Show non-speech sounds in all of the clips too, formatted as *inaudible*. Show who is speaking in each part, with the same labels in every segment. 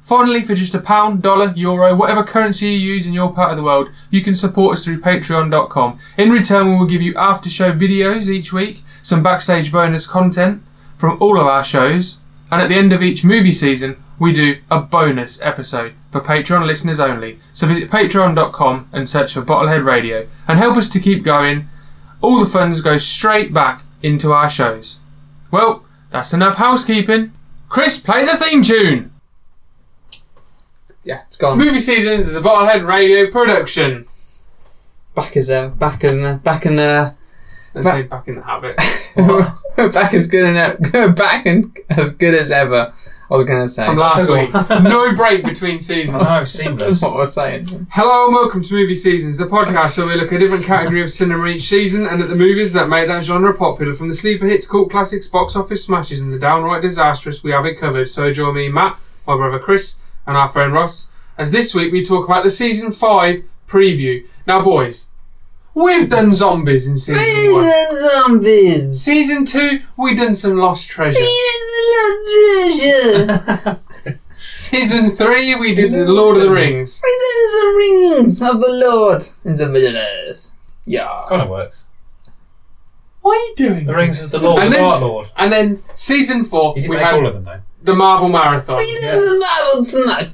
Speaker 1: Finally, for just a pound, dollar, euro, whatever currency you use in your part of the world, you can support us through patreon.com. In return, we will give you after show videos each week, some backstage bonus content from all of our shows, and at the end of each movie season, we do a bonus episode for Patreon listeners only. So visit patreon.com and search for Bottlehead Radio and help us to keep going all the funds go straight back into our shows. Well, that's enough housekeeping. Chris, play the theme tune.
Speaker 2: Yeah, it's gone.
Speaker 1: Movie Seasons is a Bottlehead Radio production.
Speaker 2: Back as ever. Back as uh, back and uh, *laughs*
Speaker 1: And
Speaker 2: Ba-
Speaker 1: say back in the habit.
Speaker 2: back as *laughs* good and back and as good as ever. I was gonna say.
Speaker 1: From last week. No break between seasons.
Speaker 3: No,
Speaker 2: *laughs* That's
Speaker 3: seamless.
Speaker 2: what I was saying.
Speaker 1: Hello and welcome to Movie Seasons, the podcast where we look at a different category of cinema each season and at the movies that made that genre popular. From the sleeper hits, cult classics, box office smashes, and the downright disastrous, we have it covered. So join me, Matt, my brother Chris, and our friend Ross, as this week we talk about the season five preview. Now, boys, we've done zombies in season one.
Speaker 2: zombies.
Speaker 1: Season two, we done some lost treasure.
Speaker 2: treasure.
Speaker 1: Season three, we did the Lord of the Rings.
Speaker 2: the rings of the Lord in the Middle Earth. Yeah.
Speaker 3: kind
Speaker 1: Oh.
Speaker 3: of works.
Speaker 1: What are you doing?
Speaker 3: The rings of the Lord,
Speaker 1: And
Speaker 3: the
Speaker 1: then-
Speaker 3: Dark Lord.
Speaker 1: And then season four,
Speaker 3: He didn't
Speaker 1: we
Speaker 3: make all
Speaker 1: had
Speaker 3: of them though.
Speaker 1: the Marvel Marathon.
Speaker 2: the Marvel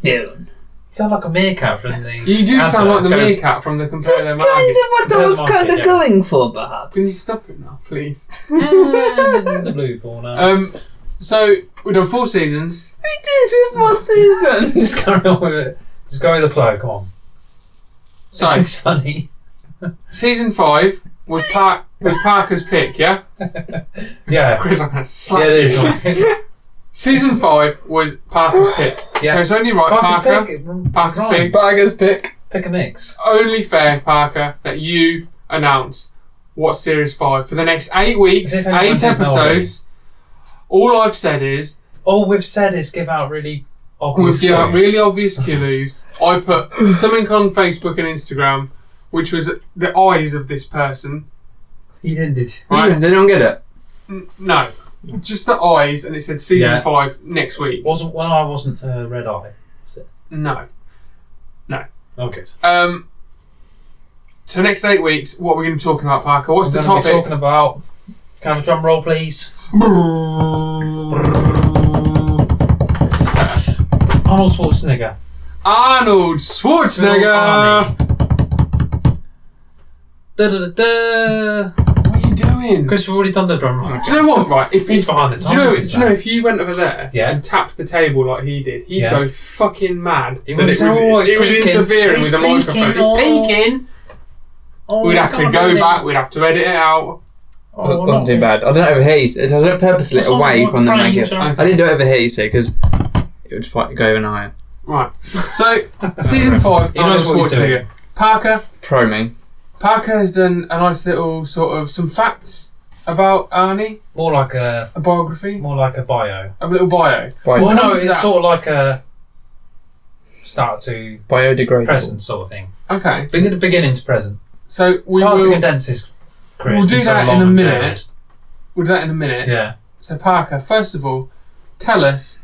Speaker 2: Smackdown.
Speaker 3: You sound like a meerkat from the.
Speaker 1: You do sound like the
Speaker 3: Go-
Speaker 1: meerkat from the Compare
Speaker 2: That's
Speaker 1: Their
Speaker 2: kind of what I
Speaker 3: Their
Speaker 2: was
Speaker 3: market,
Speaker 2: kind of
Speaker 3: yeah.
Speaker 2: going for,
Speaker 1: Can you
Speaker 2: perhaps.
Speaker 1: stop it now, please?
Speaker 3: the blue corner. *laughs*
Speaker 1: Um, so we've done four seasons.
Speaker 2: It is a fourth season.
Speaker 3: *laughs* Just carry on with it. Just go with the flow. Come on. *laughs*
Speaker 1: So
Speaker 3: It's funny.
Speaker 1: season five was Park was Parker's pick, yeah.
Speaker 3: Yeah.
Speaker 1: *laughs* Chris, I'm gonna slap
Speaker 3: Yeah, it
Speaker 1: you.
Speaker 3: is. right.
Speaker 1: Season five was Parker's pick,
Speaker 3: Yeah.
Speaker 1: so it's only right, Parker.
Speaker 3: Parker's pick.
Speaker 1: Parker's
Speaker 3: Right.
Speaker 1: pick.
Speaker 2: Bagger's pick.
Speaker 3: Pick a mix.
Speaker 1: Only fair, Parker, that you announce what series five for the next eight weeks,
Speaker 3: As if anyone
Speaker 1: eight
Speaker 3: didn't know already.
Speaker 1: episodes. All I've said is
Speaker 3: All we've said is give out really
Speaker 1: We've
Speaker 3: obvious.
Speaker 1: given out
Speaker 3: clues.
Speaker 1: really obvious clues. I put something on Facebook and Instagram, which was the eyes of this person.
Speaker 3: You didn't, did you?
Speaker 1: Right?
Speaker 2: They don't get it.
Speaker 1: N- No, just the eyes, and it said season
Speaker 3: Yeah.
Speaker 1: five next week.
Speaker 3: Wasn't one eye wasn't uh, red eye.
Speaker 1: No.
Speaker 3: Oh, good.
Speaker 1: Um. So next eight weeks, what are we going to be talking about, Parker? What's
Speaker 3: We're
Speaker 1: the
Speaker 3: gonna be
Speaker 1: topic?
Speaker 3: talking about? Can I have a drum roll, please? Arnold Schwarzenegger.
Speaker 1: Arnold Schwarzenegger.
Speaker 3: Da, da, da, da.
Speaker 1: What are you doing?
Speaker 3: Chris, we've already done the drum roll.
Speaker 1: Do you know what? Right, if
Speaker 3: He's
Speaker 1: he's
Speaker 3: behind the
Speaker 1: do you know,
Speaker 3: times.
Speaker 1: do you know if you went over there
Speaker 3: Yeah.
Speaker 1: and tapped the table like he did, he'd
Speaker 3: Yeah.
Speaker 1: go fucking mad.
Speaker 3: He
Speaker 1: that
Speaker 3: would
Speaker 1: it
Speaker 3: say,
Speaker 1: was,
Speaker 3: "Oh, it's
Speaker 1: it was
Speaker 3: peaking.
Speaker 1: interfering
Speaker 3: It's
Speaker 1: with the microphone.
Speaker 3: peaking, oh."
Speaker 1: It's peaking.
Speaker 3: Oh,
Speaker 1: we'd have to
Speaker 3: God,
Speaker 1: go
Speaker 3: really?
Speaker 1: back. We'd have to edit it out.
Speaker 3: Oh,
Speaker 2: It
Speaker 3: we're
Speaker 2: wasn't
Speaker 3: not-
Speaker 2: too bad. I don't overhear you. I did it purposely
Speaker 3: What's on
Speaker 2: away
Speaker 3: the
Speaker 2: from the
Speaker 3: frame,
Speaker 2: mic.
Speaker 3: sorry?
Speaker 2: I didn't do it overhear you, see, because it would quite go even higher.
Speaker 1: Right. So season
Speaker 3: *laughs*
Speaker 1: five.
Speaker 3: He knows
Speaker 1: Arnold
Speaker 3: what he's
Speaker 1: Schwarzenegger.
Speaker 3: doing.
Speaker 1: Parker.
Speaker 2: Pro me.
Speaker 1: Parker has done a nice little sort of some facts about Arnie,
Speaker 3: More like a
Speaker 1: a biography,
Speaker 3: more like a bio.
Speaker 1: a little bio.
Speaker 2: Bio-
Speaker 3: well, no,
Speaker 1: comes
Speaker 3: it's
Speaker 1: to that-
Speaker 3: sort of like a start to
Speaker 2: biodegradable.
Speaker 3: present sort of thing.
Speaker 1: Okay.
Speaker 3: Begin beginning to present.
Speaker 1: So
Speaker 3: It's
Speaker 1: we
Speaker 3: hard to
Speaker 1: will
Speaker 3: condense this. Chris.
Speaker 1: We'll do
Speaker 3: It's so
Speaker 1: that in
Speaker 3: long
Speaker 1: a
Speaker 3: and
Speaker 1: minute. we'll do that in a minute.
Speaker 3: varied. Yeah.
Speaker 1: So Parker, first of all, tell us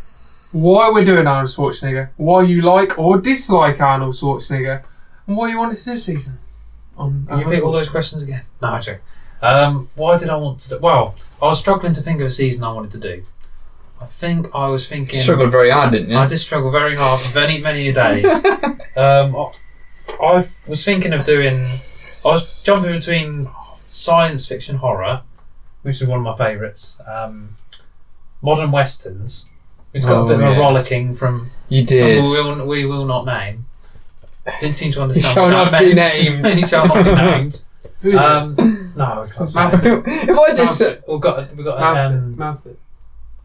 Speaker 1: why we're doing Arnold Schwarzenegger, why you like or dislike Arnold Schwarzenegger, and why you wanted to do a season. On
Speaker 3: Can you repeat all those questions again? No, I'm joking. Um, why did I want to do... Well, I was struggling to think of a season I wanted to do. I think I was thinking...
Speaker 2: Struggled very hard, didn't you?
Speaker 3: I did struggle very hard for many, many a days. um, I, I was thinking of doing. I was jumping between science fiction horror, which is one of my favourites, um, modern westerns, which got
Speaker 2: Oh,
Speaker 3: a bit of a
Speaker 2: yes.
Speaker 3: rollicking from
Speaker 2: You
Speaker 3: someone
Speaker 2: did. *laughs*
Speaker 3: we will, we will not name. Didn't seem to understand.
Speaker 2: shall
Speaker 3: what
Speaker 2: not
Speaker 3: that
Speaker 2: be
Speaker 3: meant.
Speaker 2: named.
Speaker 3: *laughs* he shall not be named.
Speaker 1: Who's it?
Speaker 3: Um, no, I can't say.
Speaker 2: if I just said,
Speaker 3: We've got, we've got
Speaker 1: Mouth
Speaker 3: an,
Speaker 1: it.
Speaker 3: um,
Speaker 1: Mouth it.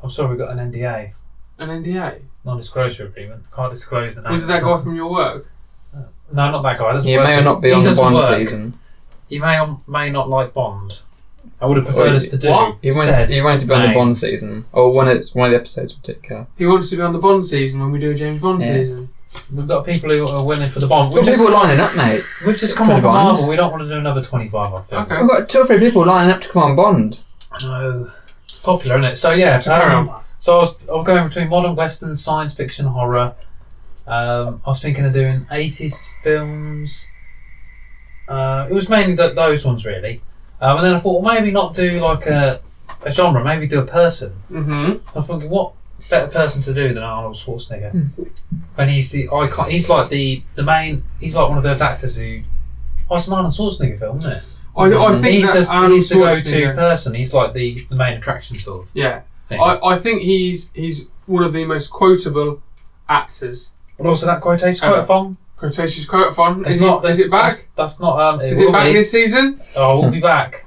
Speaker 3: I'm sorry, we've got an NDA,
Speaker 1: An NDA.
Speaker 3: non-disclosure agreement. Can't disclose the name.
Speaker 1: Was it
Speaker 3: of
Speaker 1: that
Speaker 3: the
Speaker 1: guy
Speaker 3: person.
Speaker 1: from your work?
Speaker 3: No, not that guy. That's
Speaker 2: you
Speaker 3: work.
Speaker 2: may or not be
Speaker 3: He
Speaker 2: on the
Speaker 3: doesn't
Speaker 2: Bond
Speaker 3: work.
Speaker 2: season.
Speaker 3: You may or may not like Bond. I would have preferred
Speaker 2: Or
Speaker 3: us to do.
Speaker 1: what?
Speaker 2: You
Speaker 3: said
Speaker 2: won't. You won't be on the
Speaker 3: name.
Speaker 2: Bond season, or one of one of the episodes in particular.
Speaker 1: He wants to be on the Bond season when we do a James Bond
Speaker 2: Yeah.
Speaker 1: season.
Speaker 3: We've got people who are willing for the Bond.
Speaker 2: We've
Speaker 3: We've
Speaker 2: got
Speaker 3: just,
Speaker 2: people lining up, mate.
Speaker 3: we've just come
Speaker 2: for
Speaker 3: off of
Speaker 2: the Bond.
Speaker 3: Marvel. We don't want to do another 25 on films.
Speaker 1: Okay.
Speaker 2: We've got two or three people lining up to come on Bond. *laughs*
Speaker 3: No. It's popular, isn't it? So, yeah.
Speaker 1: So carry
Speaker 3: um,
Speaker 1: on.
Speaker 3: so I was, I was going between modern western, science fiction, horror. Um, I was thinking of doing 80s films. Uh, it was mainly th- those ones, really. Um, and then I thought, well, maybe not do like a, a genre, maybe do a person.
Speaker 1: Mm-hmm.
Speaker 3: I'm thinking, what better person to do than Arnold Schwarzenegger?
Speaker 1: Hmm.
Speaker 3: When he's the icon, he's like the the main. He's like one of those actors who. Oh, it's an Arnold Schwarzenegger film, isn't it?
Speaker 1: I, I
Speaker 2: Mm.
Speaker 1: think
Speaker 3: he's
Speaker 1: that
Speaker 3: the,
Speaker 1: Arnold
Speaker 3: he's the go-to
Speaker 1: Schwarzenegger-
Speaker 3: person. He's like the, the main attraction sort of
Speaker 1: Yeah,
Speaker 3: thing.
Speaker 1: I, I think he's he's one of the most quotable actors.
Speaker 3: but also that quotation quote
Speaker 1: Um,
Speaker 3: from.
Speaker 1: Quotations quote fun.
Speaker 3: It's
Speaker 1: Is,
Speaker 3: not.
Speaker 1: it, is it back?
Speaker 3: That's, that's not. Um, it
Speaker 1: Is
Speaker 3: will
Speaker 1: it back
Speaker 3: be.
Speaker 1: this season?
Speaker 3: Oh, we'll
Speaker 1: *laughs*
Speaker 3: be back.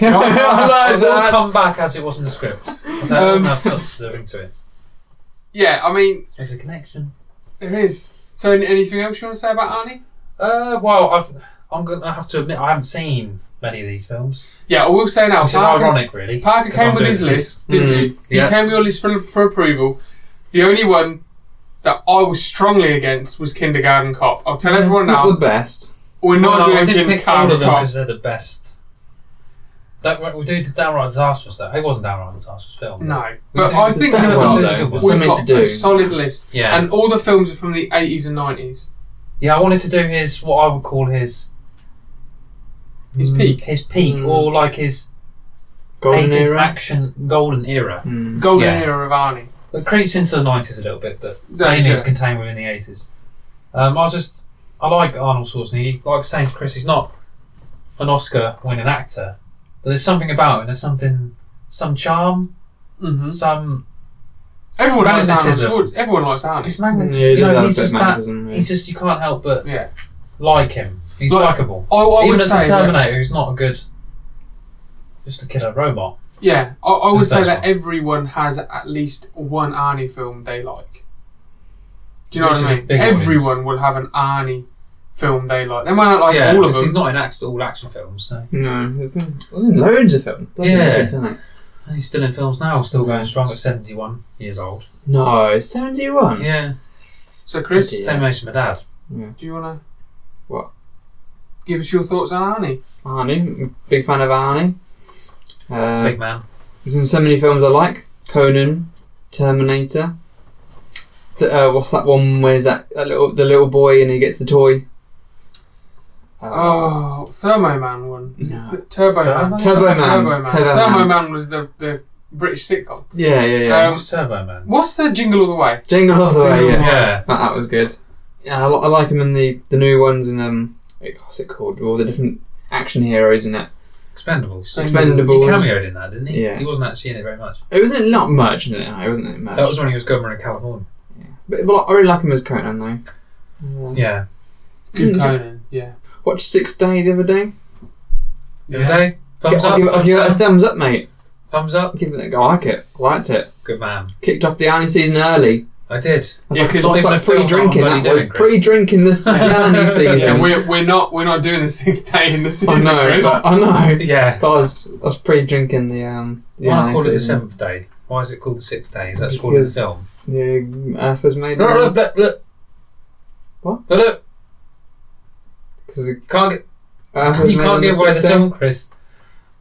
Speaker 2: I
Speaker 1: No,
Speaker 2: like
Speaker 3: it will
Speaker 2: that.
Speaker 3: come back as it was in the script. As that
Speaker 1: Um,
Speaker 3: doesn't have such the ring to it.
Speaker 1: Yeah, I mean
Speaker 3: There's a connection.
Speaker 1: it is. So an- anything else you want to say about Arnie?
Speaker 3: Uh, well, I've, I'm gonna have to admit I haven't seen many of these films,
Speaker 1: Yeah, I will say now.
Speaker 3: which is
Speaker 1: Parker-
Speaker 3: ironic, really.
Speaker 1: Parker
Speaker 3: Because I'm
Speaker 1: came with
Speaker 3: doing
Speaker 1: his
Speaker 3: this.
Speaker 1: list, didn't
Speaker 2: Mm,
Speaker 1: he? He
Speaker 3: yeah.
Speaker 1: came with your list for, for approval. The only one that I was strongly against was Kindergarten Cop. I'll tell everyone
Speaker 2: It's not
Speaker 1: now,
Speaker 2: the best.
Speaker 1: we're not
Speaker 3: No, I
Speaker 1: doing
Speaker 3: did pick all
Speaker 1: Kindergarten
Speaker 3: of them
Speaker 1: Cop.
Speaker 3: because they're the best. That we- we do the downright disastrous though. It wasn't downright disastrous film.
Speaker 1: No,
Speaker 3: We
Speaker 1: but
Speaker 3: do-
Speaker 1: I
Speaker 3: there's
Speaker 1: think
Speaker 2: better
Speaker 1: we've
Speaker 2: ones,
Speaker 1: got,
Speaker 2: though.
Speaker 1: we've
Speaker 2: There's something
Speaker 1: got
Speaker 2: to do.
Speaker 1: a solid list,
Speaker 3: Yeah.
Speaker 1: and all the films are from the eighties and nineties.
Speaker 3: Yeah, I wanted to do his what I would call his
Speaker 1: His
Speaker 3: Mm,
Speaker 1: peak.
Speaker 3: his peak,
Speaker 2: Mm.
Speaker 3: or like his
Speaker 2: Golden
Speaker 3: eighties
Speaker 2: era.
Speaker 3: action golden era.
Speaker 2: Mm.
Speaker 1: Golden
Speaker 3: Yeah.
Speaker 1: era of Arnie.
Speaker 3: It creeps into the nineties a little bit, but
Speaker 1: That's
Speaker 3: mainly
Speaker 1: it.
Speaker 3: it's contained within the eighties. Um, I was just I like Arnold Schwarzenegger. Like saying to Chris, he's not an Oscar winning actor, but there's something about him. There's something, some charm,
Speaker 1: Mm-hmm.
Speaker 3: some
Speaker 1: Everyone likes
Speaker 3: Magnetism.
Speaker 1: Arnie. Swar- Everyone likes Arnie.
Speaker 3: It's magnetism.
Speaker 2: Yeah, he
Speaker 3: you
Speaker 2: does
Speaker 3: know,
Speaker 2: have a
Speaker 3: he's
Speaker 2: bit of
Speaker 3: just that.
Speaker 2: magnetism. yeah.
Speaker 3: He's just you can't help but
Speaker 1: Yeah.
Speaker 3: like him. He's
Speaker 1: Like-
Speaker 3: likable.
Speaker 1: I, I
Speaker 3: Even
Speaker 1: would
Speaker 3: as
Speaker 1: say
Speaker 3: the
Speaker 1: that,
Speaker 3: Terminator, who's not a good, just a killer robot.
Speaker 1: yeah, I, I would
Speaker 3: Who's
Speaker 1: say
Speaker 3: that
Speaker 1: that
Speaker 3: one?
Speaker 1: everyone has at least one Arnie film they like. Do you know
Speaker 3: Which
Speaker 1: what
Speaker 3: is
Speaker 1: I
Speaker 3: a
Speaker 1: mean?
Speaker 3: big audience.
Speaker 1: Everyone will have an Arnie film they like. They might not like
Speaker 3: yeah,
Speaker 1: all of
Speaker 3: because
Speaker 1: them.
Speaker 3: he's not in act- all action films. So.
Speaker 2: No, there's, there's loads of film. Bloody
Speaker 3: Yeah.
Speaker 2: loads, isn't it?
Speaker 3: And He's still in films now, still
Speaker 2: Mm.
Speaker 3: going strong at seventy-one years old.
Speaker 2: No, it's 71.
Speaker 3: Yeah,
Speaker 1: so Chris,
Speaker 2: Bloody
Speaker 3: same
Speaker 2: hell.
Speaker 3: age as my dad.
Speaker 1: do you wanna
Speaker 2: What?
Speaker 1: Give us your thoughts on Arnie.
Speaker 2: Arnie, big fan of Arnie. Uh,
Speaker 3: Big man.
Speaker 2: There's been so many films I like: Conan, Terminator. Th- uh, what's that one where is that, that little the little boy and he gets the toy? Uh,
Speaker 1: Oh, Thermo Man one. Is
Speaker 2: No.
Speaker 1: it th- Turbo
Speaker 3: Thermo
Speaker 1: Man?
Speaker 3: Man?
Speaker 2: Turbo Man.
Speaker 1: Turbo Man.
Speaker 2: Turbo
Speaker 1: Thermo
Speaker 2: Man.
Speaker 1: Man was the, the British sitcom.
Speaker 2: Yeah, yeah, yeah.
Speaker 1: Um,
Speaker 3: What's Oh, Turbo Man?
Speaker 1: What's the Jingle All the Way?
Speaker 2: Jingle all the way.
Speaker 1: Jingle
Speaker 2: Yeah,
Speaker 1: All the Way.
Speaker 3: Yeah,
Speaker 2: That, that was good. Yeah, I, li- I like him in the the new ones and um, wait, what's it called? All the different action heroes in it.
Speaker 3: Expendables.
Speaker 1: So-
Speaker 3: he
Speaker 2: Expendables.
Speaker 3: cameoed in that, didn't he?
Speaker 2: Yeah. Uh,
Speaker 3: He wasn't actually in it very much.
Speaker 2: It wasn't not much in it. no, It wasn't it much.
Speaker 3: That was when he was governor of California.
Speaker 2: but, but I really like him as Conan though. Uh,
Speaker 3: Yeah.
Speaker 1: Good
Speaker 2: Mm.
Speaker 1: Conan, yeah.
Speaker 2: Watched Six Day the other day.
Speaker 3: The
Speaker 1: Yeah.
Speaker 3: other day, thumbs
Speaker 2: I'll
Speaker 3: up.
Speaker 2: give, I'll
Speaker 3: thumbs
Speaker 2: give it a
Speaker 3: down,
Speaker 2: thumbs up, mate.
Speaker 3: Thumbs up.
Speaker 2: Give it. A, I like it. I liked it.
Speaker 3: Good man.
Speaker 2: Kicked off the Arnie season early.
Speaker 3: I did.
Speaker 2: That's
Speaker 1: Yeah,
Speaker 2: like,
Speaker 1: 'cause
Speaker 2: that's
Speaker 3: even
Speaker 2: like
Speaker 3: a film
Speaker 2: pre-drinking.
Speaker 3: I'm
Speaker 2: That
Speaker 3: bloody
Speaker 2: was
Speaker 3: doing, Chris.
Speaker 2: pre-drinking
Speaker 3: *laughs*
Speaker 2: this Arnie
Speaker 1: Yeah,
Speaker 2: season.
Speaker 1: we're, we're not we're not doing the sixth day in the
Speaker 2: I
Speaker 1: season.
Speaker 2: know.
Speaker 1: Chris.
Speaker 2: it's like- I know.
Speaker 3: Yeah.
Speaker 2: But I was, I was pre-drinking the um. The
Speaker 3: Why
Speaker 2: Arnie
Speaker 3: not call it the
Speaker 2: season.
Speaker 3: seventh day? Why is it called the sixth day? Is that called in the
Speaker 2: Because-
Speaker 3: film?
Speaker 2: The uh, Earth was made.
Speaker 3: Look, look, look.
Speaker 2: What?
Speaker 3: Look, look.
Speaker 2: Because the
Speaker 3: You can't get,
Speaker 2: Earth was
Speaker 3: *laughs* you
Speaker 2: made
Speaker 3: can't
Speaker 2: on the
Speaker 3: give away the
Speaker 2: sixth day.
Speaker 3: film, Chris.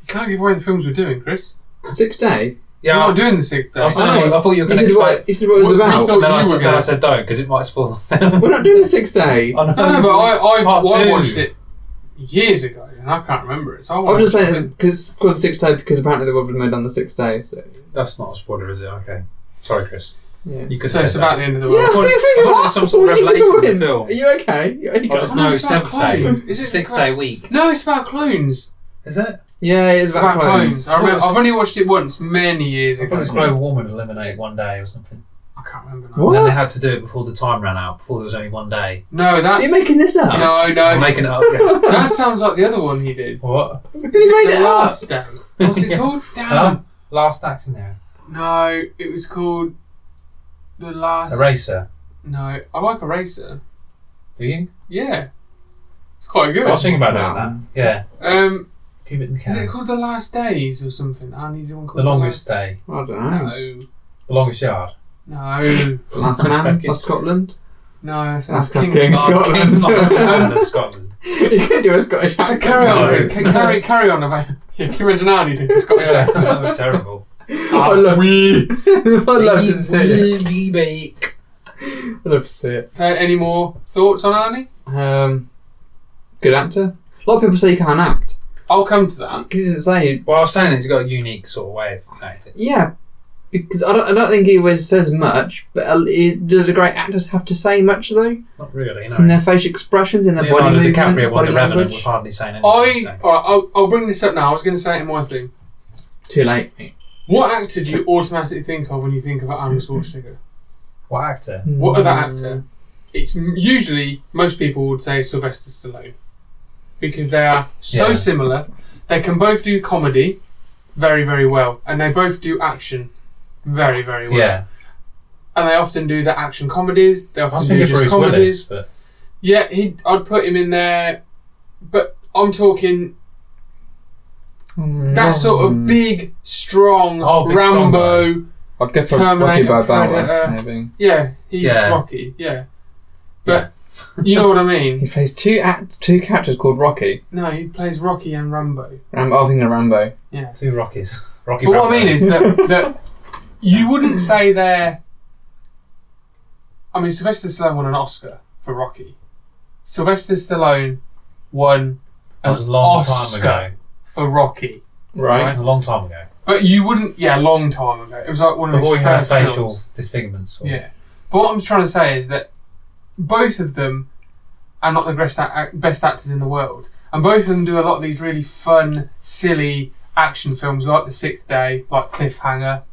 Speaker 1: You can't give away the films we're doing, Chris.
Speaker 2: Sixth day.
Speaker 1: We're
Speaker 3: Yeah, I,
Speaker 1: not doing the sixth day.
Speaker 3: I, said-
Speaker 2: I know.
Speaker 3: I thought you
Speaker 2: He
Speaker 3: were going to
Speaker 2: said
Speaker 3: explain.
Speaker 2: what. He said what it was
Speaker 1: We- we
Speaker 2: about.
Speaker 1: thought-
Speaker 3: Then I,
Speaker 1: you were
Speaker 3: said, then
Speaker 1: gonna-
Speaker 3: I said no because it might spoil the film.
Speaker 2: We're not doing the sixth day.
Speaker 3: I know.
Speaker 1: *laughs* No, no, but I I,
Speaker 3: Part
Speaker 1: I
Speaker 3: two.
Speaker 1: watched it years ago and I can't remember it. So I
Speaker 2: I was
Speaker 1: watched
Speaker 2: just saying
Speaker 1: it.
Speaker 2: it's, 'cause it's called the sixth day because apparently the world was made on the sixth day. So
Speaker 3: That's not a spoiler, is it? Okay. Sorry, Chris.
Speaker 2: Yeah.
Speaker 3: You could
Speaker 1: So
Speaker 3: say
Speaker 1: it's
Speaker 3: that.
Speaker 1: about the end of the
Speaker 2: Yeah,
Speaker 1: world.
Speaker 2: I was
Speaker 1: What-
Speaker 2: thinking,
Speaker 3: thought it
Speaker 2: what?
Speaker 3: was some sort of
Speaker 2: What are you
Speaker 3: revelation
Speaker 2: doing?
Speaker 3: in the film.
Speaker 2: Are you okay? You okay?
Speaker 3: Oh, it's
Speaker 1: Oh,
Speaker 3: no
Speaker 1: it's about
Speaker 3: seventh day.
Speaker 1: clones. Is it
Speaker 3: Sixth
Speaker 1: about-
Speaker 3: day week.
Speaker 1: no, it's about clones.
Speaker 3: Is it?
Speaker 2: yeah, it's
Speaker 1: It's about,
Speaker 2: about
Speaker 1: clones.
Speaker 2: clones.
Speaker 1: I remember,
Speaker 3: Clones.
Speaker 1: I've only watched it once, many years
Speaker 3: I thought
Speaker 1: ago.
Speaker 3: it was global warming eliminated one day or something.
Speaker 1: I can't remember. Now.
Speaker 3: And then they
Speaker 2: What?
Speaker 3: had to do it before the time ran out. Before there was only one day.
Speaker 1: No,
Speaker 2: Are
Speaker 1: that's
Speaker 2: you making this up?
Speaker 1: No, no.
Speaker 3: I'm making it up. Yeah.
Speaker 1: that sounds like the other one he did.
Speaker 3: what?
Speaker 2: *laughs* You made
Speaker 1: the
Speaker 2: it up.
Speaker 1: last day. What's it
Speaker 3: *laughs* Yeah.
Speaker 1: called? Damn.
Speaker 3: Huh? Last action there.
Speaker 1: No, it was called the last.
Speaker 3: Eraser.
Speaker 1: no, I like Eraser.
Speaker 3: Do you?
Speaker 1: Yeah, it's quite good.
Speaker 3: I was thinking about
Speaker 2: What's that
Speaker 3: doing that. Yeah.
Speaker 1: Um,
Speaker 3: Keep it in the
Speaker 1: is it
Speaker 3: can.
Speaker 1: called the last days or something? Ah, I need one called
Speaker 3: The longest day.
Speaker 2: I don't know.
Speaker 1: Last... No,
Speaker 3: The
Speaker 2: *laughs*
Speaker 3: longest yard.
Speaker 1: no,
Speaker 2: Last man of Scotland. *laughs*
Speaker 1: no. That's,
Speaker 2: That's-
Speaker 1: that's
Speaker 2: that's
Speaker 1: King's
Speaker 2: King
Speaker 1: Last
Speaker 2: Scotland.
Speaker 1: King's Last-
Speaker 3: Scotland. Scotland.
Speaker 2: you could do a Scottish
Speaker 1: So
Speaker 2: accent.
Speaker 1: carry on,
Speaker 3: No.
Speaker 1: Rick. Ca- carry, carry on about. Yeah, Kieran Denani did the Scottish
Speaker 3: *laughs* Yeah, Ah.
Speaker 1: accent.
Speaker 3: that was terrible.
Speaker 2: I love we. *laughs* I love to see it.
Speaker 3: bake.
Speaker 2: I love to see it.
Speaker 1: So, any more thoughts on Arnie?
Speaker 2: Um, good actor. A lot of people say he can't act
Speaker 1: I'll come to that.
Speaker 2: because he doesn't say.
Speaker 3: Well, I was saying it's got a unique sort of way of acting.
Speaker 2: Yeah, because I don't. I don't think he always says much. But uh, he- does the great actors have to say much though?
Speaker 3: Not really.
Speaker 2: It's in
Speaker 3: No.
Speaker 2: their facial expressions, in their body
Speaker 3: Leonardo
Speaker 2: movement,
Speaker 3: DiCaprio won
Speaker 2: body
Speaker 3: the Revenant
Speaker 2: language.
Speaker 3: with hardly saying anything.
Speaker 1: I
Speaker 3: so.
Speaker 1: all right, I'll, I'll bring this up now. I was going to say it in my thing.
Speaker 2: Too late. mate.
Speaker 1: What actor do you automatically think of when you think of Arnold Schwarzenegger?
Speaker 3: What actor?
Speaker 1: What other
Speaker 2: Mm.
Speaker 1: actor? It's m- usually most people would say Sylvester Stallone because they are so
Speaker 3: Yeah.
Speaker 1: similar. They can both do comedy very, very well, and they both do action very, very well.
Speaker 3: Yeah,
Speaker 1: And they often do the action comedies. They
Speaker 3: I was
Speaker 1: often do
Speaker 3: thinking
Speaker 1: just
Speaker 3: Bruce
Speaker 1: comedies.
Speaker 3: Willis, but
Speaker 1: Yeah, he. I'd put him in there, but I'm talking
Speaker 2: Mm.
Speaker 1: that sort of big, strong
Speaker 3: Oh, big strong
Speaker 1: Rambo.
Speaker 2: I'd go for Rocky
Speaker 1: Terminator,
Speaker 2: Balboa.
Speaker 1: Predator.
Speaker 2: Maybe
Speaker 1: Yeah, he's
Speaker 3: Yeah.
Speaker 1: Rocky. Yeah, but you know what I mean. *laughs*
Speaker 2: he plays two act two characters called Rocky.
Speaker 1: No, he plays Rocky and Rambo.
Speaker 2: Ram- I think of Rambo.
Speaker 1: Yeah,
Speaker 3: two Rockies. Rocky
Speaker 1: but what I
Speaker 3: Balboa.
Speaker 1: mean is that that you wouldn't say they're. I mean, Sylvester Stallone won an Oscar for Rocky. Sylvester Stallone won
Speaker 3: that
Speaker 1: an
Speaker 3: was a long
Speaker 1: Oscar
Speaker 3: time ago.
Speaker 1: for Rocky.
Speaker 2: Right.
Speaker 3: Right, a long time ago.
Speaker 1: But you wouldn't, yeah, a long time ago. It was like one of
Speaker 3: Before
Speaker 1: his
Speaker 3: you had
Speaker 1: first
Speaker 3: facial
Speaker 1: films.
Speaker 3: disfigurements. Or,
Speaker 1: Yeah. But what I'm trying to say is that both of them are not the best, act- best actors in the world. And both of them do a lot of these really fun, silly action films like The Sixth Day, like Cliffhanger.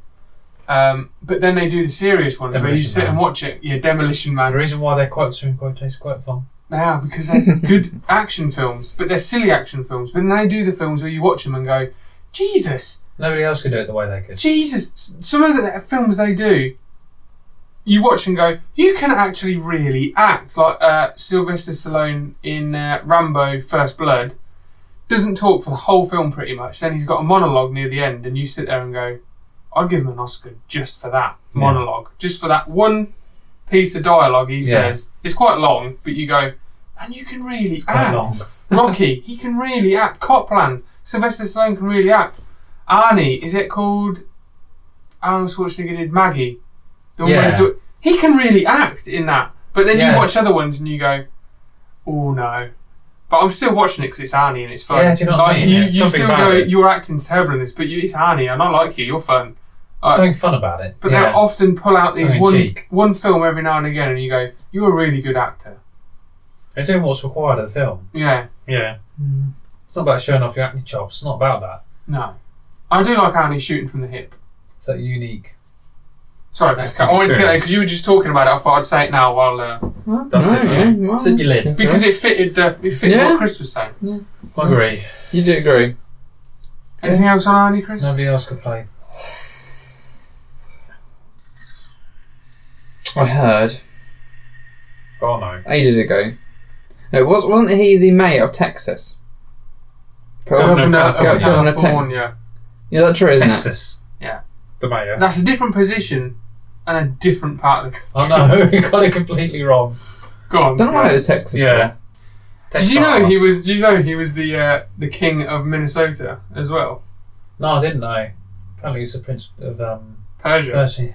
Speaker 1: Um, but then they do the serious ones where you
Speaker 3: Demolition
Speaker 1: sit and
Speaker 3: Man.
Speaker 1: watch it. Yeah, Demolition
Speaker 3: And the
Speaker 1: Man.
Speaker 3: reason why their quotes are in quotation quite long.
Speaker 1: They are because they're
Speaker 3: *laughs*
Speaker 1: good action films, but they're silly action films. But then they do the films where you watch them and go, Jesus,
Speaker 3: Nobody else could do it the way they could.
Speaker 1: Jesus, s- some of the films they do, you watch and go, you can actually really act. Like uh, Sylvester Stallone in uh, Rambo First Blood doesn't talk for the whole film pretty much. Then he's got a monologue near the end, and you sit there and go, I'd give him an Oscar just for that
Speaker 3: Yeah.
Speaker 1: monologue, just for that one piece of dialogue he
Speaker 3: Yeah.
Speaker 1: says. It's quite long, but you go, man, you can really
Speaker 3: Quite
Speaker 1: act.
Speaker 3: long.
Speaker 1: Rocky, he can really act. Copland, Sylvester Stallone can really act. Arnie, is it called? Arnold Schwarzenegger did Maggie. The one where he's
Speaker 3: Yeah.
Speaker 1: do- he can really act in that. But then you
Speaker 3: Yeah.
Speaker 1: watch other ones and you go, oh no. But I'm still watching it because it's Arnie and it's fun.
Speaker 3: Yeah, do you know what I
Speaker 1: Like,
Speaker 3: mean?
Speaker 1: You,
Speaker 3: Yeah,
Speaker 1: you
Speaker 3: something
Speaker 1: still
Speaker 3: about
Speaker 1: go,
Speaker 3: it.
Speaker 1: you're acting terrible in this, but you, it's Arnie and I like you, you're fun. Uh,
Speaker 3: Something fun about it.
Speaker 1: But
Speaker 3: yeah.
Speaker 1: they'll often pull out these
Speaker 3: Tongue in
Speaker 1: one,
Speaker 3: cheek.
Speaker 1: one film every now and again and you go, you're a really good actor.
Speaker 3: They're doing what's required of the film.
Speaker 1: Yeah,
Speaker 3: Yeah.
Speaker 1: Mm.
Speaker 3: It's not about showing off your acting chops. It's not about that.
Speaker 1: no. I do like Arnie shooting from the hip.
Speaker 3: It's that unique.
Speaker 1: Sorry,
Speaker 3: That's
Speaker 1: Chris, I wanted to get there
Speaker 3: experience.
Speaker 1: because you were just talking about it. I thought I'd say it now while uh,
Speaker 3: That's it,
Speaker 2: yeah, well,
Speaker 3: Sit your lid.
Speaker 1: because it fitted the it fitted
Speaker 2: Yeah.
Speaker 1: what Chris was saying.
Speaker 3: Agree.
Speaker 2: you do agree.
Speaker 1: Anything else on Arnie, Chris?
Speaker 3: Nobody else could play.
Speaker 2: I heard
Speaker 3: Oh no.
Speaker 2: ages ago. No, was, wasn't he the mayor of Texas?
Speaker 3: Governor of
Speaker 2: Go-
Speaker 3: California.
Speaker 2: Governor of Texas.
Speaker 1: California.
Speaker 2: Yeah, that's true, isn't it?
Speaker 3: Texas.
Speaker 1: Yeah.
Speaker 3: The mayor.
Speaker 1: That's a different position and a different part of the.
Speaker 3: oh no, *laughs* we got it completely wrong.
Speaker 1: *laughs* Go on.
Speaker 2: Don't know why it was Texas.
Speaker 3: Yeah.
Speaker 1: Did you know he
Speaker 3: Texas.
Speaker 1: was? Did you know he was the uh, the king of Minnesota as well?
Speaker 3: No, I didn't know. Apparently, he was the prince of um,
Speaker 1: Persia. *laughs*
Speaker 3: *laughs* Persia.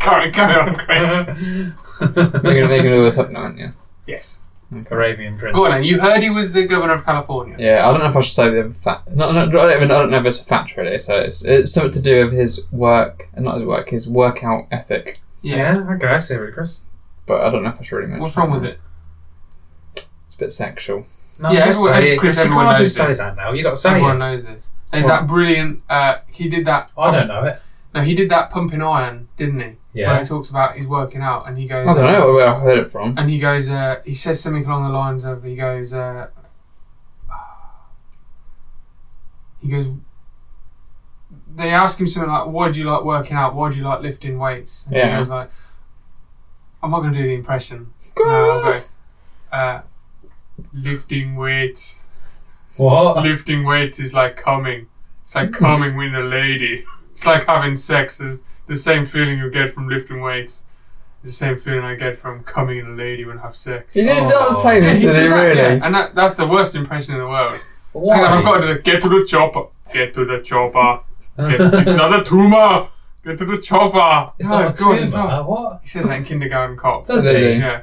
Speaker 1: Carry, carry on,
Speaker 3: Uh-huh.
Speaker 1: Chris.
Speaker 2: for. You're gonna make it all this up now, aren't
Speaker 3: *laughs*
Speaker 2: you?
Speaker 1: yes.
Speaker 3: Arabian prince.
Speaker 1: Go on. Then. You heard he was the governor of California.
Speaker 2: Yeah, I don't know if I should say the fact. No, no, I don't even. I don't know if it's a fact really. So it's it's something to do with his work, and not his work, his workout ethic.
Speaker 1: Yeah.
Speaker 4: okay, I see what it Chris.
Speaker 2: But I don't know if I should really mention
Speaker 1: What's wrong with it?
Speaker 2: It's a bit sexual.
Speaker 4: No,
Speaker 1: Yeah,
Speaker 4: just
Speaker 1: everyone-
Speaker 4: say
Speaker 1: every-
Speaker 4: it,
Speaker 1: Chris,
Speaker 4: Chris, you
Speaker 1: everyone
Speaker 4: can't
Speaker 1: knows
Speaker 4: just say
Speaker 1: this.
Speaker 4: that now. You got to say
Speaker 1: Everyone
Speaker 4: it.
Speaker 1: knows this. There's
Speaker 4: What?
Speaker 1: that brilliant. Uh, he did that.
Speaker 3: I don't know it.
Speaker 1: No, he did that pumping iron, didn't he? Where
Speaker 4: Yeah.
Speaker 1: he talks about he's working out, and he
Speaker 2: I
Speaker 1: goes.
Speaker 2: don't
Speaker 1: uh,
Speaker 2: know where I heard it from.
Speaker 1: And he goes, uh, he says something along the lines of, he goes, uh, he goes, they ask him something like, why do you like working out? Why do you like lifting weights? And he
Speaker 2: Yeah.
Speaker 1: goes like, I'm not going to do the impression. No, I'll go,
Speaker 2: Gross.
Speaker 1: uh, lifting weights.
Speaker 3: What?
Speaker 1: Lifting weights is like coming. It's
Speaker 3: *laughs*
Speaker 1: like coming with a lady. It's like having sex. It's the same feeling you get from lifting weights. It's the same feeling I get from coming in a lady when I have sex.
Speaker 2: He did not
Speaker 3: Oh. *laughs*
Speaker 1: Yeah,
Speaker 2: say
Speaker 1: *laughs*
Speaker 2: this,
Speaker 1: he
Speaker 2: did
Speaker 1: said
Speaker 2: he?
Speaker 1: that,
Speaker 2: Really?
Speaker 1: yeah. And that, that's the worst impression in the world.
Speaker 3: Why?
Speaker 1: Hang on, I've *laughs* got to do- get to the chopper. Get to the chopper. Get, it's not a tumor. Get to the chopper.
Speaker 3: It's
Speaker 1: No,
Speaker 3: not a
Speaker 1: go on,
Speaker 3: tumour.
Speaker 1: it's not.
Speaker 3: What?
Speaker 1: He says that in Kindergarten Cop.
Speaker 3: Does
Speaker 2: Does
Speaker 3: it?
Speaker 2: he?
Speaker 1: Yeah.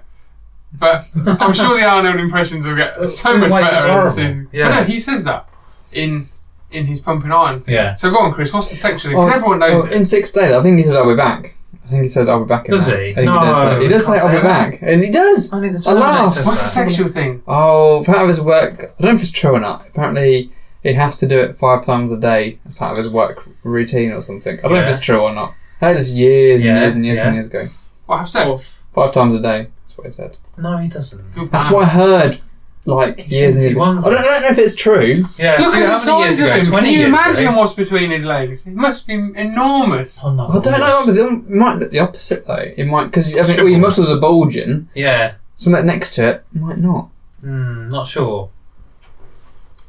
Speaker 1: But *laughs* I'm sure the Arnold impressions will get so much
Speaker 3: Wait, it's
Speaker 1: better
Speaker 3: horrible.
Speaker 1: as the season.
Speaker 4: Yeah.
Speaker 1: But no, he says that in in his pumping iron.
Speaker 3: Yeah.
Speaker 1: So go on, Chris. What's the sexual? Because
Speaker 2: Oh,
Speaker 1: everyone
Speaker 2: Oh,
Speaker 1: knows it.
Speaker 2: in six days, I think he says I'll be back. I think he says I'll be back. in
Speaker 4: Does
Speaker 2: that.
Speaker 4: he?
Speaker 2: I think he does.
Speaker 4: No,
Speaker 2: Say. He does say
Speaker 4: can't
Speaker 2: I'll
Speaker 4: say
Speaker 2: be
Speaker 4: that.
Speaker 2: back, and he does.
Speaker 4: Only the
Speaker 2: laugh.
Speaker 4: Terminator says
Speaker 1: What's the
Speaker 4: that.
Speaker 1: sexual thing?
Speaker 2: Oh, part of his work. I don't know if it's true or not. Apparently, he has to do it five times a day, as part of his work routine or something. I don't know
Speaker 4: Yeah.
Speaker 2: if it's true or not. I heard this years and
Speaker 4: Yeah,
Speaker 2: years and years and
Speaker 4: yeah.
Speaker 2: years ago.
Speaker 1: Well, have sex.
Speaker 2: Five times a day. That's what he said.
Speaker 4: No, he doesn't.
Speaker 1: Good
Speaker 2: That's
Speaker 1: man.
Speaker 2: what I heard. Like
Speaker 4: He's
Speaker 2: years and years. ago. I
Speaker 4: 71.
Speaker 2: don't, I don't know if it's true.
Speaker 4: Yeah.
Speaker 1: Look
Speaker 4: do you
Speaker 1: at the
Speaker 4: know how many years
Speaker 1: size of
Speaker 4: ago?
Speaker 1: him.
Speaker 4: 20
Speaker 1: Can you
Speaker 4: years ago.
Speaker 3: eh?
Speaker 1: imagine what's between his legs? It must be enormous.
Speaker 3: Oh, no,
Speaker 2: I don't know.
Speaker 3: yes.
Speaker 2: But it might look the opposite though. It might because I think all
Speaker 4: Shriveled.
Speaker 2: your muscles are bulging.
Speaker 4: Yeah.
Speaker 2: Something next to it might not.
Speaker 4: Mm, not sure.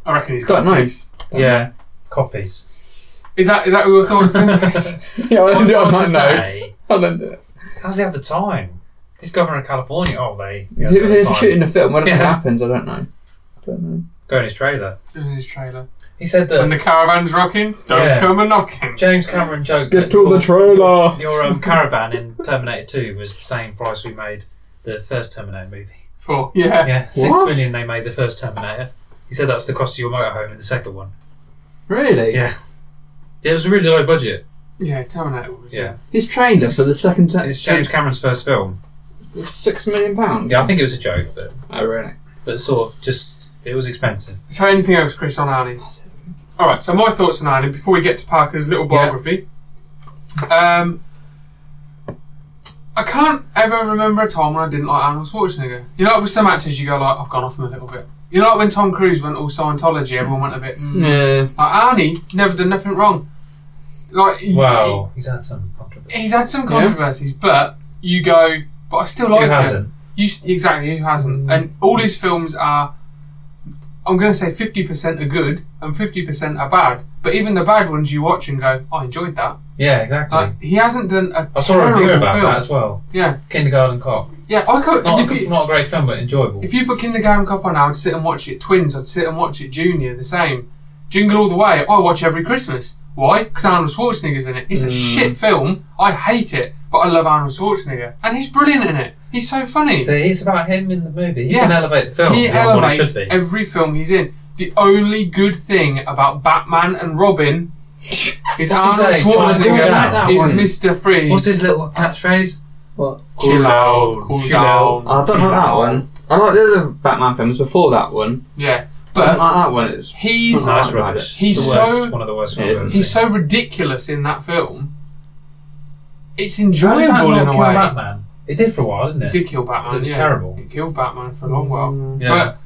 Speaker 1: I reckon he's got
Speaker 2: Don't know.
Speaker 1: nice.
Speaker 2: Don't
Speaker 4: yeah.
Speaker 3: Copies.
Speaker 1: Is that is that your thoughts then? Chris?
Speaker 2: yeah, I
Speaker 4: Five
Speaker 2: don't do it on
Speaker 4: times a
Speaker 2: that note.
Speaker 4: day.
Speaker 2: I don't do it.
Speaker 4: How's he have the time? He's governor of California. Oh, they.
Speaker 2: If
Speaker 4: they have the
Speaker 2: if you're
Speaker 4: time.
Speaker 2: shooting a film, what
Speaker 4: Yeah.
Speaker 2: happens? I don't know. I don't know.
Speaker 4: Go in his trailer.
Speaker 1: Just in his trailer.
Speaker 3: He said
Speaker 1: When
Speaker 3: that
Speaker 1: the caravan's rocking, don't
Speaker 3: Yeah.
Speaker 1: come a knocking.
Speaker 3: James Cameron joked that your- Your um, caravan in Terminator 2 was the same price we made the first Terminator movie.
Speaker 1: For yeah.
Speaker 4: Yeah, six
Speaker 2: What?
Speaker 4: million they made the first Terminator. He said that's the cost of your motorhome in the second one.
Speaker 2: Really?
Speaker 4: Yeah. Yeah, it was a really low budget.
Speaker 1: Yeah, Terminator was yeah.
Speaker 4: Yeah.
Speaker 2: His trailer for the second time
Speaker 4: It's James Cameron's first film.
Speaker 2: is six million pounds.
Speaker 4: Yeah, I think it was a joke, but,
Speaker 2: Oh really?
Speaker 4: but sort of just, it was expensive.
Speaker 1: So anything else, Chris, on Arnie? Alright, so my thoughts on Arnie before we get to Parker's little biography. Um I can't ever remember a time when I didn't like Arnold Schwarzenegger. You know, like with some actors, you go like, "I've gone off him a little bit." You know, like when Tom Cruise went all Scientology, everyone went a bit. Mm.
Speaker 2: Yeah.
Speaker 1: Like Arnie never done nothing wrong. Like he-
Speaker 4: Wow. He's had some controversy.
Speaker 1: he's had some
Speaker 2: Yeah.
Speaker 1: controversies, but you go, but I still like
Speaker 4: Who
Speaker 1: him.
Speaker 4: hasn't?
Speaker 1: You s- exactly who hasn't?
Speaker 4: Mm.
Speaker 1: And all his films are, I'm going to say fifty percent are good and fifty percent are bad. But even the bad ones you watch and go, "Oh, I enjoyed that.
Speaker 4: Yeah, exactly.
Speaker 1: Like he hasn't done a
Speaker 4: I saw a
Speaker 1: terrible
Speaker 4: review about
Speaker 1: film.
Speaker 4: that as well.
Speaker 1: Yeah,
Speaker 4: Kindergarten Cop.
Speaker 1: yeah. I could.
Speaker 4: Not,
Speaker 1: if
Speaker 4: a,
Speaker 1: you,
Speaker 4: not a great film, but enjoyable.
Speaker 1: if you put Kindergarten Cop on, I'd sit and watch it. Twins, I'd sit and watch it. Junior, the same. Jingle All the Way, I watch every Christmas. Why? Because Arnold Schwarzenegger's in it. It's a
Speaker 4: Mm.
Speaker 1: shit film. I hate it, but I love Arnold Schwarzenegger, and he's brilliant in it. He's so funny.
Speaker 4: So it's about him in the movie. He
Speaker 1: Yeah.
Speaker 4: can elevate the film.
Speaker 1: He
Speaker 4: beyond what it
Speaker 1: elevates
Speaker 4: should be.
Speaker 1: every film he's in. The only good thing about Batman
Speaker 4: *laughs*
Speaker 1: and Robin is
Speaker 4: he
Speaker 1: Arnold
Speaker 4: saying? Try
Speaker 2: to do
Speaker 1: Schwarzenegger
Speaker 2: that. Like that
Speaker 1: is
Speaker 2: one.
Speaker 1: Mr. Freeze.
Speaker 4: What's his little catchphrase?
Speaker 2: What?
Speaker 1: Chill out, cool
Speaker 4: Chill out.
Speaker 1: down.
Speaker 2: I don't like that one. I like the other Batman films before that one.
Speaker 1: Yeah,
Speaker 2: But I don't
Speaker 1: but
Speaker 2: like that one. It's
Speaker 1: he's
Speaker 2: Something like
Speaker 4: Nice
Speaker 2: Batman.
Speaker 4: rubbish.
Speaker 1: He's
Speaker 4: It's the worst,
Speaker 1: so-
Speaker 4: one of the worst
Speaker 2: It
Speaker 4: films. I've
Speaker 2: is.
Speaker 4: ever
Speaker 1: he's
Speaker 4: seen.
Speaker 1: so ridiculous in that film. It's
Speaker 4: How did that
Speaker 1: enjoyable
Speaker 4: not
Speaker 1: in a
Speaker 4: kill
Speaker 1: way.
Speaker 4: Batman? It did for a while, didn't it?
Speaker 1: It did kill Batman.
Speaker 4: It was
Speaker 1: yeah.
Speaker 4: terrible. Mm.
Speaker 1: It killed Batman for a long while.
Speaker 4: Yeah.
Speaker 1: But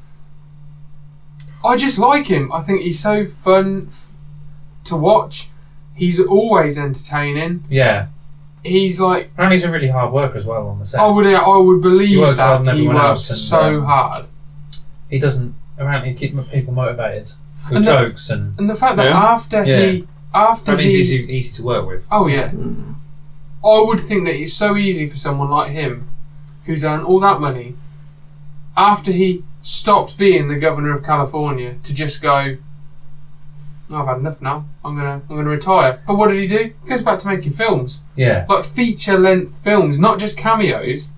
Speaker 1: I just like him. I think he's so fun f- to watch. He's always entertaining.
Speaker 4: yeah.
Speaker 1: He's like
Speaker 4: And he's a really hard worker as well on the set.
Speaker 1: I would I would
Speaker 4: He
Speaker 1: believe
Speaker 4: works harder
Speaker 1: that
Speaker 4: than
Speaker 1: he
Speaker 4: everyone
Speaker 1: works
Speaker 4: else and,
Speaker 1: so
Speaker 4: um,
Speaker 1: hard.
Speaker 4: He doesn't apparently keep m- people motivated with
Speaker 1: And the-
Speaker 4: jokes and.
Speaker 1: And the fact that
Speaker 2: Yeah.
Speaker 1: after he after
Speaker 4: And he's
Speaker 1: he
Speaker 4: easy, easy to work with.
Speaker 1: oh yeah, I would think that it's so easy for someone like him, who's earned all that money, after he stopped being the governor of California, to just go. "Oh, I've had enough now. I'm gonna, I'm gonna retire. But what did he do? He goes back to making films,
Speaker 4: Yeah.
Speaker 1: like feature-length films, not just cameos.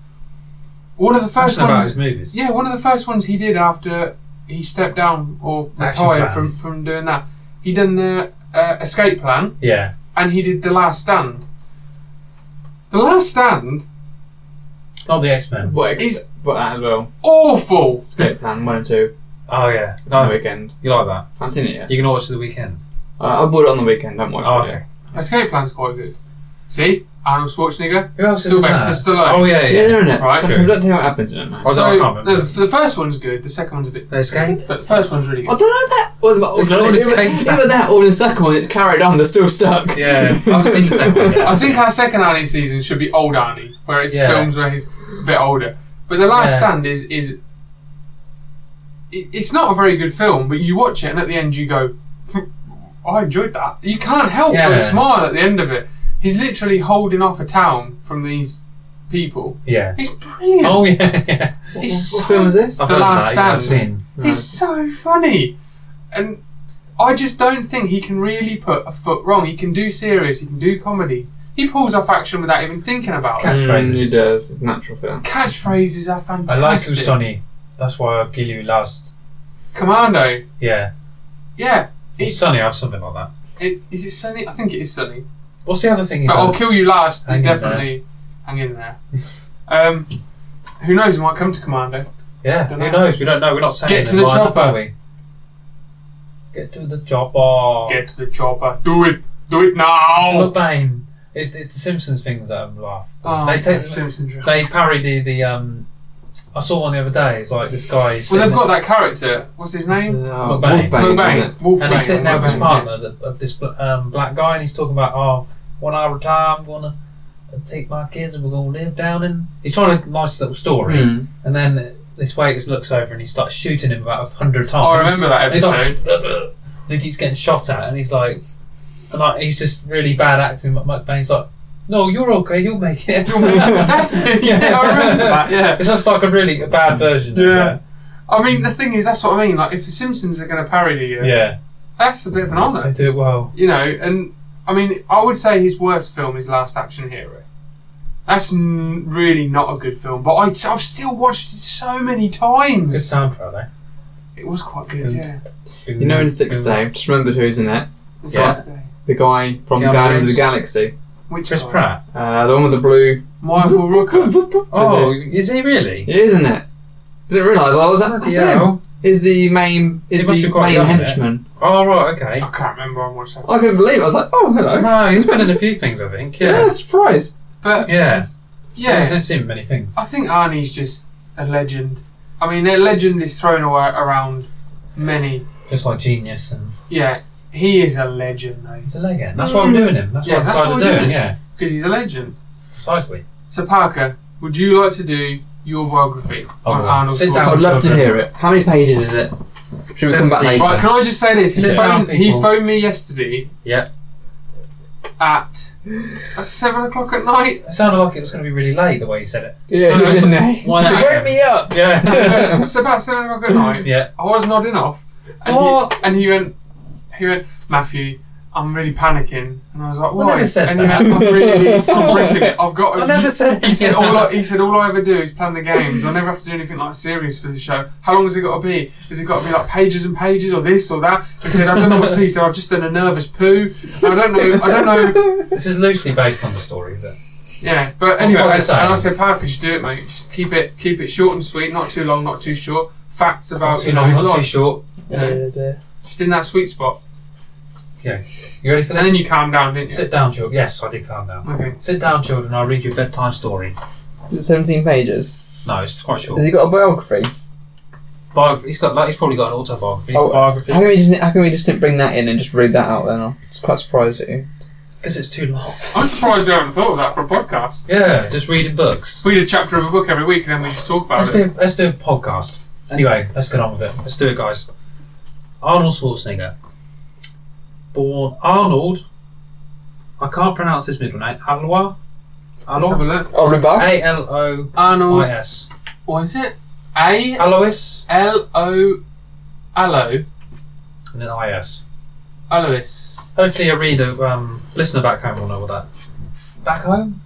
Speaker 1: One of the first
Speaker 4: Passionate about
Speaker 1: ones
Speaker 4: his movies.
Speaker 1: Yeah, one of the first ones he did after he stepped down or
Speaker 4: Action
Speaker 1: retired
Speaker 4: Plan.
Speaker 1: from, from doing that. He done the uh, escape plan
Speaker 4: Yeah.
Speaker 1: and he did the last stand. The Last Stand
Speaker 3: Not the X Men.
Speaker 2: What ex-
Speaker 1: He's-
Speaker 2: what that as well?
Speaker 1: awful.
Speaker 2: Split plan one and two
Speaker 4: Oh yeah,
Speaker 2: on the
Speaker 4: no,
Speaker 2: weekend.
Speaker 4: you like that?
Speaker 2: I haven't seen it yet.
Speaker 4: You can watch it the weekend.
Speaker 2: Uh, I bought it on the weekend. Don't watch
Speaker 4: Oh,
Speaker 2: it.
Speaker 4: okay.
Speaker 1: Escape Plan's quite good. See, Arnold Schwarzenegger,
Speaker 3: Who else is in
Speaker 1: Sylvester
Speaker 3: that?
Speaker 1: Stallone.
Speaker 4: Oh yeah,
Speaker 2: Yet. Yeah,
Speaker 4: yeah.
Speaker 2: they're in it.
Speaker 1: Right,
Speaker 2: Don't
Speaker 4: true.
Speaker 2: don't tell me what happens in it. Now.
Speaker 4: I was like, I can't
Speaker 1: So
Speaker 4: remember.
Speaker 1: the, the first one's good. The second one's a bit.
Speaker 4: The escape.
Speaker 1: But the first one's really
Speaker 2: I
Speaker 1: good.
Speaker 2: don't know that. Well, the-
Speaker 4: It's called
Speaker 2: either-
Speaker 4: Escape
Speaker 2: Either that or the second one, it's carried on. They're still stuck.
Speaker 4: Yeah, I haven't seen the second one yet.
Speaker 1: I think our second Arnie season should be old Arnie, where it's
Speaker 3: Yeah.
Speaker 1: films where he's a bit older. But The Last
Speaker 3: Yeah.
Speaker 1: Stand is is it, it's not a very good film, but you watch it and at the end you go, "Hmm, I enjoyed that. You can't help
Speaker 3: Yeah.
Speaker 1: but smile at the end of it. He's literally holding off a town from these people. *laughs*
Speaker 3: Yeah.
Speaker 1: It's brilliant.
Speaker 3: Oh yeah, yeah.
Speaker 2: What,
Speaker 1: It's
Speaker 2: what
Speaker 1: so-
Speaker 2: film is this?
Speaker 1: The Last Stand.
Speaker 3: I've seen.
Speaker 1: It's so funny. And I just don't think he can really put a foot wrong. He can do serious, he can do comedy. He pulls off action without even thinking about it.
Speaker 3: Catch-
Speaker 2: *laughs* Mm,
Speaker 3: catchphrases.
Speaker 2: it does. Natural film.
Speaker 1: Catchphrases are fantastic.
Speaker 3: I like you, Sonny. That's why I kill you last.
Speaker 1: Commando.
Speaker 3: Yeah.
Speaker 1: Yeah.
Speaker 4: It's sunny. I have something like that.
Speaker 1: It, is it Sunny? I think it is Sunny.
Speaker 3: What's the other thing? he
Speaker 1: But I'll
Speaker 3: does?
Speaker 1: kill you last is
Speaker 3: Hang in
Speaker 1: definitely hang in
Speaker 3: *laughs*
Speaker 1: there. um, who knows? He might come to Commando.
Speaker 3: Yeah.
Speaker 1: Don't
Speaker 3: Who
Speaker 1: know.
Speaker 3: knows?
Speaker 4: We don't know. We're not saying.
Speaker 1: Get
Speaker 4: it.
Speaker 1: to the
Speaker 4: Why not?
Speaker 1: chopper.
Speaker 3: Are we? Get to the chopper.
Speaker 1: Get to the chopper. Do it. Do it
Speaker 3: It's
Speaker 1: now.
Speaker 3: McBain. It's, it's the Simpsons things that I'm laugh.
Speaker 1: Oh,
Speaker 3: they take
Speaker 1: Simpson drill.
Speaker 3: they parody the um. I saw one the other day. It's like this guy. Is
Speaker 1: Well, they've
Speaker 3: sitting-
Speaker 1: got that character. What's his name?
Speaker 2: Uh,
Speaker 3: McBain.
Speaker 2: Wolfbane, isn't it?
Speaker 1: McBain. Wolfbane.
Speaker 3: and he's sitting there with his
Speaker 1: Wolfbane.
Speaker 3: partner, the, of this bl- um, black guy, and he's talking about, oh, one hour at a time, I'm gonna take my kids and we're gonna live down in. He's trying a nice little story,
Speaker 2: Mm.
Speaker 3: and then this waitress looks over and he starts shooting him about a hundred times.
Speaker 1: Oh, I remember that
Speaker 3: And he's like,
Speaker 1: episode.
Speaker 3: and he keeps getting shot at, and he's like, and like he's just really bad acting. But McBain's like, no, you're okay, you'll make
Speaker 1: *laughs* *laughs*
Speaker 3: it.
Speaker 1: That's it. Yeah, I remember that. Yeah.
Speaker 3: *laughs* It's just like a really a bad version.
Speaker 1: Yeah.
Speaker 3: Of
Speaker 1: I mean, the thing is, that's what I mean. Like, if the Simpsons are going to parody you,
Speaker 3: that. yeah,
Speaker 1: that's a bit of an honour.
Speaker 3: they do it well.
Speaker 1: you know, and I mean, I would say his worst film is Last Action Hero. That's n- really not a good film, but I, have still watched it so many
Speaker 3: Good
Speaker 1: times.
Speaker 3: soundtrack
Speaker 1: It was quite good,
Speaker 3: Good.
Speaker 1: yeah.
Speaker 3: though.
Speaker 2: You know, in Sixth Day, just remembered who's in it.
Speaker 1: It's
Speaker 4: Yeah.
Speaker 1: like the-
Speaker 2: The guy from
Speaker 4: Keanu
Speaker 2: Guardians of
Speaker 4: Reeves.
Speaker 2: the Galaxy.
Speaker 1: Which
Speaker 4: Chris
Speaker 1: guy?
Speaker 4: Pratt.
Speaker 2: Uh, the one with the blue.
Speaker 1: Michael Rooker.
Speaker 4: Oh, is he really?
Speaker 2: It is, isn't it? Didn't realise I was at
Speaker 4: Bloody
Speaker 2: the
Speaker 4: hell.
Speaker 2: Is the main is
Speaker 4: He must
Speaker 2: the
Speaker 4: be quite
Speaker 2: main
Speaker 4: young, isn't it?
Speaker 2: henchman.
Speaker 4: Oh right, okay.
Speaker 1: I can't remember. I watched that.
Speaker 2: I couldn't believe. it. I was like, oh hello.
Speaker 4: No, he's been in a few things, I think.
Speaker 2: *laughs* Yeah,
Speaker 4: Yeah.
Speaker 2: surprise.
Speaker 1: But
Speaker 4: Yeah. I
Speaker 1: yeah,
Speaker 4: don't see him in many things.
Speaker 1: I think Arnie's just a legend. I mean, a legend is thrown away around many.
Speaker 3: Just like genius and
Speaker 1: Yeah, he is a legend though,
Speaker 3: he's a legend. That's why I'm doing him. That's
Speaker 1: Mm. Yeah,
Speaker 3: what I
Speaker 1: that's
Speaker 3: decided
Speaker 1: what
Speaker 3: to
Speaker 1: we're
Speaker 3: do.
Speaker 1: doing.
Speaker 3: Yeah,
Speaker 1: because he's a legend.
Speaker 3: precisely.
Speaker 1: So Parker, would you like to do your biography on
Speaker 3: Oh,
Speaker 1: Arnold
Speaker 3: sit down.
Speaker 1: Schwarzenegger?
Speaker 2: I'd love to hear it. How many pages is
Speaker 1: *laughs*
Speaker 2: it? Should we come back
Speaker 4: Seventeen.
Speaker 2: later?
Speaker 1: Right, can I just say this? He
Speaker 3: Sit down,
Speaker 1: phoned, he
Speaker 3: people.
Speaker 1: phoned me yesterday.
Speaker 4: Yeah.
Speaker 1: At at seven o'clock at night.
Speaker 3: It sounded like it was going to be really late the way you said it.
Speaker 2: *laughs* Yeah,
Speaker 1: No, no.
Speaker 2: didn't they?
Speaker 4: Why not?
Speaker 2: Wake me up.
Speaker 3: *laughs*
Speaker 4: Yeah.
Speaker 1: it's Uh, about seven o'clock at night.
Speaker 4: yeah.
Speaker 1: I was nodding off, and
Speaker 4: What?
Speaker 1: he and he went, he went, Matthew. I'm really panicking, and I was like, "Why?"
Speaker 3: never said
Speaker 1: and
Speaker 3: that.
Speaker 1: he went, "I'm
Speaker 3: *laughs*
Speaker 1: really, I'm wrecking it. I've got." to-"
Speaker 3: I never said. "Oh,
Speaker 1: He said, all I, he said, all I ever do is plan the games. I never have to do anything like serious for the show. How long has it got to be? Has it got to be like pages and pages or this or that? He said, I don't know what's he said. I've just done a nervous poo. I don't know. I don't know.
Speaker 3: This is loosely based on the story. But
Speaker 1: Yeah, but anyway,
Speaker 3: Well,
Speaker 1: and,
Speaker 3: quite
Speaker 1: and
Speaker 3: the
Speaker 1: I
Speaker 3: same.
Speaker 1: said, Parker, you should do it, mate. Just keep it, keep it short and sweet. Not too long, not too short. Facts about
Speaker 3: too
Speaker 1: you know
Speaker 3: long,
Speaker 1: his
Speaker 3: not too
Speaker 1: life.
Speaker 3: short.
Speaker 1: Just in that sweet spot.
Speaker 3: You ready for
Speaker 1: And then
Speaker 3: this?
Speaker 1: you calm down, didn't you?
Speaker 3: Sit down, children. Yes, I did calm down.
Speaker 1: Okay.
Speaker 3: Sit down, children. I'll read you a bedtime story.
Speaker 2: Is it Seventeen pages.
Speaker 4: No, it's quite short.
Speaker 2: Has he got a biography?
Speaker 4: Biography. He's got like he's probably got an autobiography.
Speaker 2: Oh,
Speaker 4: biography.
Speaker 2: How can we just how can we just didn't bring that in and just read that out? Then I'm just quite surprised at you.
Speaker 4: Because it's too long.
Speaker 1: I'm surprised we haven't thought of that for a podcast.
Speaker 3: Yeah.
Speaker 4: Just reading books.
Speaker 1: We read a chapter of a book every week and then we just talk about
Speaker 3: Let's,
Speaker 1: it.
Speaker 3: be, let's do a podcast. Anyway, let's get on with it.
Speaker 4: Let's do it, guys. Arnold Schwarzenegger. Born Arnold. I can't pronounce his middle name. Alois.
Speaker 1: Let's have a
Speaker 4: Alois.
Speaker 1: look.
Speaker 2: Oh, Rebecca.
Speaker 4: A L O I
Speaker 1: Arnold,
Speaker 4: S.
Speaker 1: what is it? A
Speaker 4: Alois.
Speaker 1: L
Speaker 3: oh,
Speaker 1: O Allo
Speaker 4: And then I S.
Speaker 1: Alois.
Speaker 4: Hopefully, a reader, um, listener back home will know what that.
Speaker 3: Back home.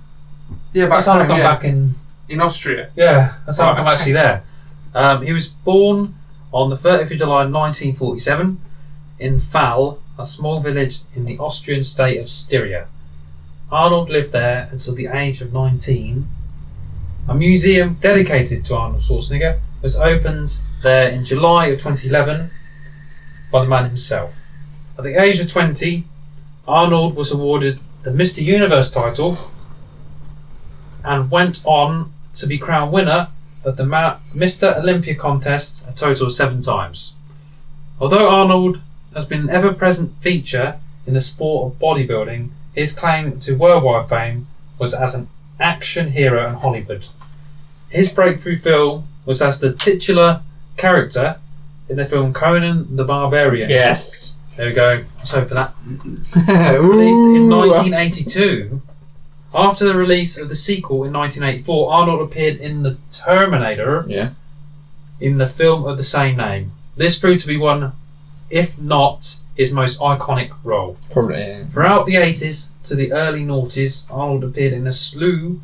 Speaker 1: Yeah, back
Speaker 3: that's how I
Speaker 1: home,
Speaker 3: got
Speaker 1: yeah.
Speaker 3: back in
Speaker 1: in Austria.
Speaker 3: Yeah, that's how
Speaker 1: Right,
Speaker 3: I'm
Speaker 1: okay.
Speaker 3: actually there.
Speaker 4: Um, he was born on the 30th of July 1947 in Fal, a small village in the Austrian state of Styria.
Speaker 3: Arnold lived there until the age of 19. A museum dedicated to Arnold Schwarzenegger was opened there in July of 2011 by the man himself. At the age of 20, Arnold was awarded the Mr. Universe title and went on to be crowned winner of the Ma- Mr. Olympia contest a total of seven times. Although Arnold has been an ever present feature in the sport of bodybuilding, his claim to worldwide fame was as an action hero in Hollywood. His breakthrough film was as the titular character in the film Conan the Barbarian.
Speaker 2: Yes.
Speaker 3: There we go. So for that. Released in
Speaker 2: Ooh.
Speaker 3: 1982. After the release of the sequel in 1984, Arnold appeared in The Terminator
Speaker 2: Yeah.
Speaker 3: in the film of the same name. This proved to be one, if not his most iconic role.
Speaker 2: Probably. Yeah.
Speaker 3: Throughout the 80s to the early noughties, Arnold appeared in a slew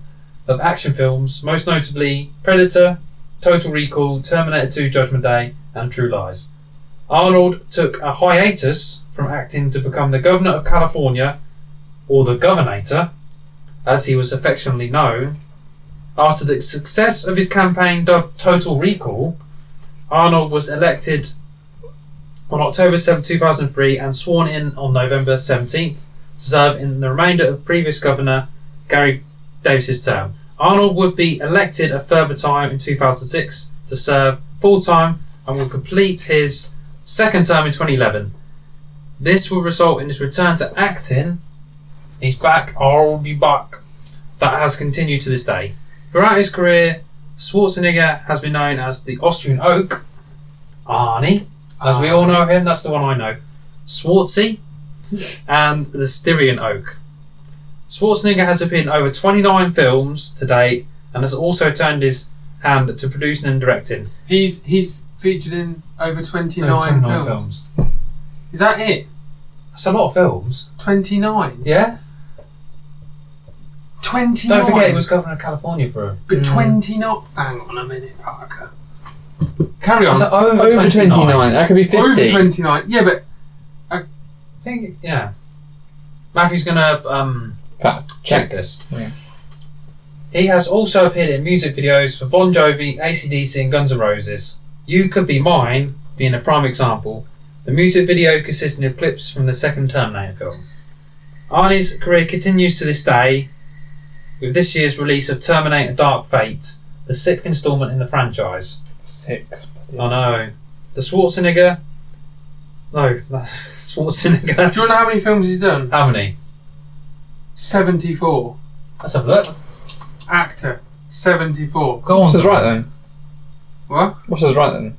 Speaker 3: of action films, most notably Predator, Total Recall, Terminator 2 Judgment Day, and True Lies. Arnold took a hiatus from acting to become the Governor of California, or the Governator, as he was affectionately known. After the success of his campaign dubbed Total Recall, Arnold was elected on October 7, 2003 and sworn in on November 17th to serve in the remainder of previous governor Gary Davis's term. Arnold would be elected a further time in 2006 to serve full time and will complete his second term in 2011. This will result in his return to acting. He's back, I'll be back. That has continued to this day. Throughout his career, Schwarzenegger has been known as the Austrian Oak, Arnie, as we all know him, that's the one I know. *laughs* Swartzy and the Styrian Oak. Schwarzenegger has appeared in over 29 films to date and has also turned his hand to producing and directing.
Speaker 1: He's he's featured in over twenty nine
Speaker 5: 29
Speaker 1: films.
Speaker 5: films.
Speaker 1: Is that it?
Speaker 3: Oh, That's a lot of films.
Speaker 1: Twenty nine.
Speaker 3: Yeah?
Speaker 1: Twenty
Speaker 3: Don't forget he
Speaker 1: nine.
Speaker 3: was Mm. governor of California for a...
Speaker 1: But twenty nine. Hang on a minute, Parker. Carry on.
Speaker 3: Was it over,
Speaker 2: Over
Speaker 3: 29?
Speaker 2: 29. That could be 50.
Speaker 1: Over twenty nine. Yeah, but
Speaker 3: I think, yeah. Matthew's going to um,
Speaker 2: Fact
Speaker 3: check
Speaker 2: check.
Speaker 3: this.
Speaker 2: Yeah.
Speaker 3: He has also appeared in music videos for Bon Jovi, ACDC, and Guns N' Roses. You Could Be Mine being a prime example, the music video consisting of clips from the second Terminator film. Arnie's career continues to this day with this year's release of Terminator Dark Fate, the sixth installment in the franchise.
Speaker 2: Six.
Speaker 3: I know. The Schwarzenegger. No, that's *laughs* Schwarzenegger.
Speaker 1: do you know how many films he's done?
Speaker 3: Haven't he?
Speaker 1: Seventy four.
Speaker 3: Let's have a look.
Speaker 1: Actor. Seventy four.
Speaker 3: Go
Speaker 2: What's
Speaker 3: on.
Speaker 2: his right then?
Speaker 1: What?
Speaker 2: What's his right then?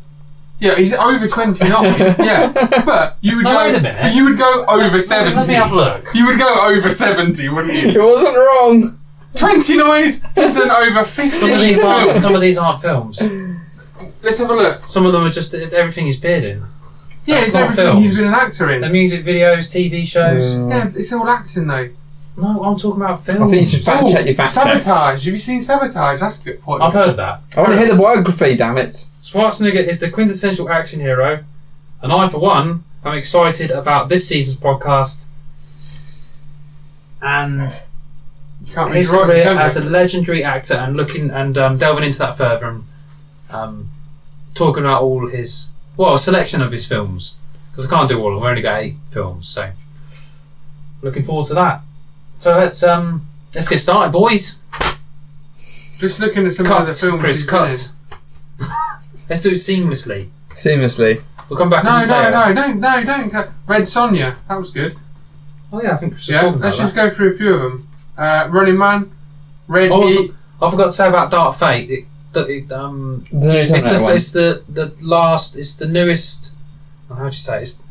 Speaker 1: Yeah, he's over twenty
Speaker 3: *laughs*
Speaker 1: nine. yeah, but you would
Speaker 3: No,
Speaker 1: go.
Speaker 3: wait a minute.
Speaker 1: You would go over
Speaker 3: Let,
Speaker 1: seventy.
Speaker 3: let me have a look.
Speaker 1: You would go over 70, wouldn't
Speaker 3: *laughs*
Speaker 1: you?
Speaker 2: *laughs* It wasn't wrong.
Speaker 1: 29 is is an over 50.
Speaker 3: Some of these aren't,
Speaker 1: films.
Speaker 3: some of these aren't films.
Speaker 1: Let's have a look.
Speaker 3: Some of them are just everything he's appeared in.
Speaker 1: Yeah,
Speaker 3: That's
Speaker 1: it's
Speaker 3: not
Speaker 1: everything
Speaker 3: films.
Speaker 1: he's been an actor
Speaker 3: The
Speaker 1: in.
Speaker 3: music videos, TV shows.
Speaker 1: Yeah, it's all acting though.
Speaker 3: No, I'm talking about films.
Speaker 2: I think you should fact check your fact
Speaker 1: Sabotage.
Speaker 2: checks.
Speaker 1: Have you seen Sabotage? That's a good point.
Speaker 3: I've heard that.
Speaker 2: I want to hear the biography, damn it.
Speaker 3: Schwarzenegger is the quintessential action hero, and I, for one, am excited about this season's podcast and
Speaker 1: You can't
Speaker 3: his
Speaker 1: read
Speaker 3: career
Speaker 1: it,
Speaker 3: as
Speaker 1: can
Speaker 3: a legendary actor, and looking and um, delving into that further and um, talking about all his well, a selection of his films because I can't do all of them. We only got eight films, so looking forward to that. So let's um, let's get started, boys.
Speaker 1: we? Just looking at some
Speaker 3: cut,
Speaker 1: of the films.
Speaker 3: Chris,
Speaker 1: he's
Speaker 3: cut.
Speaker 1: been
Speaker 3: *laughs* Let's do it seamlessly.
Speaker 2: Seamlessly.
Speaker 3: We'll come back.
Speaker 1: in. No,
Speaker 3: and
Speaker 1: no, no, don't, no, don't. cut. Red Sonja. That was good.
Speaker 3: Oh yeah, I think Chris was
Speaker 1: yeah,
Speaker 3: talking about
Speaker 1: let's just
Speaker 3: that.
Speaker 1: go through a few of them. Uh, Running Man. Red
Speaker 3: Oh, I
Speaker 1: Heat.
Speaker 3: for- I forgot to say about Dark Fate. It, that it, um,
Speaker 2: The new
Speaker 3: it's
Speaker 2: Terminator
Speaker 3: the
Speaker 2: one.
Speaker 3: it's the the last. It's the newest. oh, How do you say? It? It's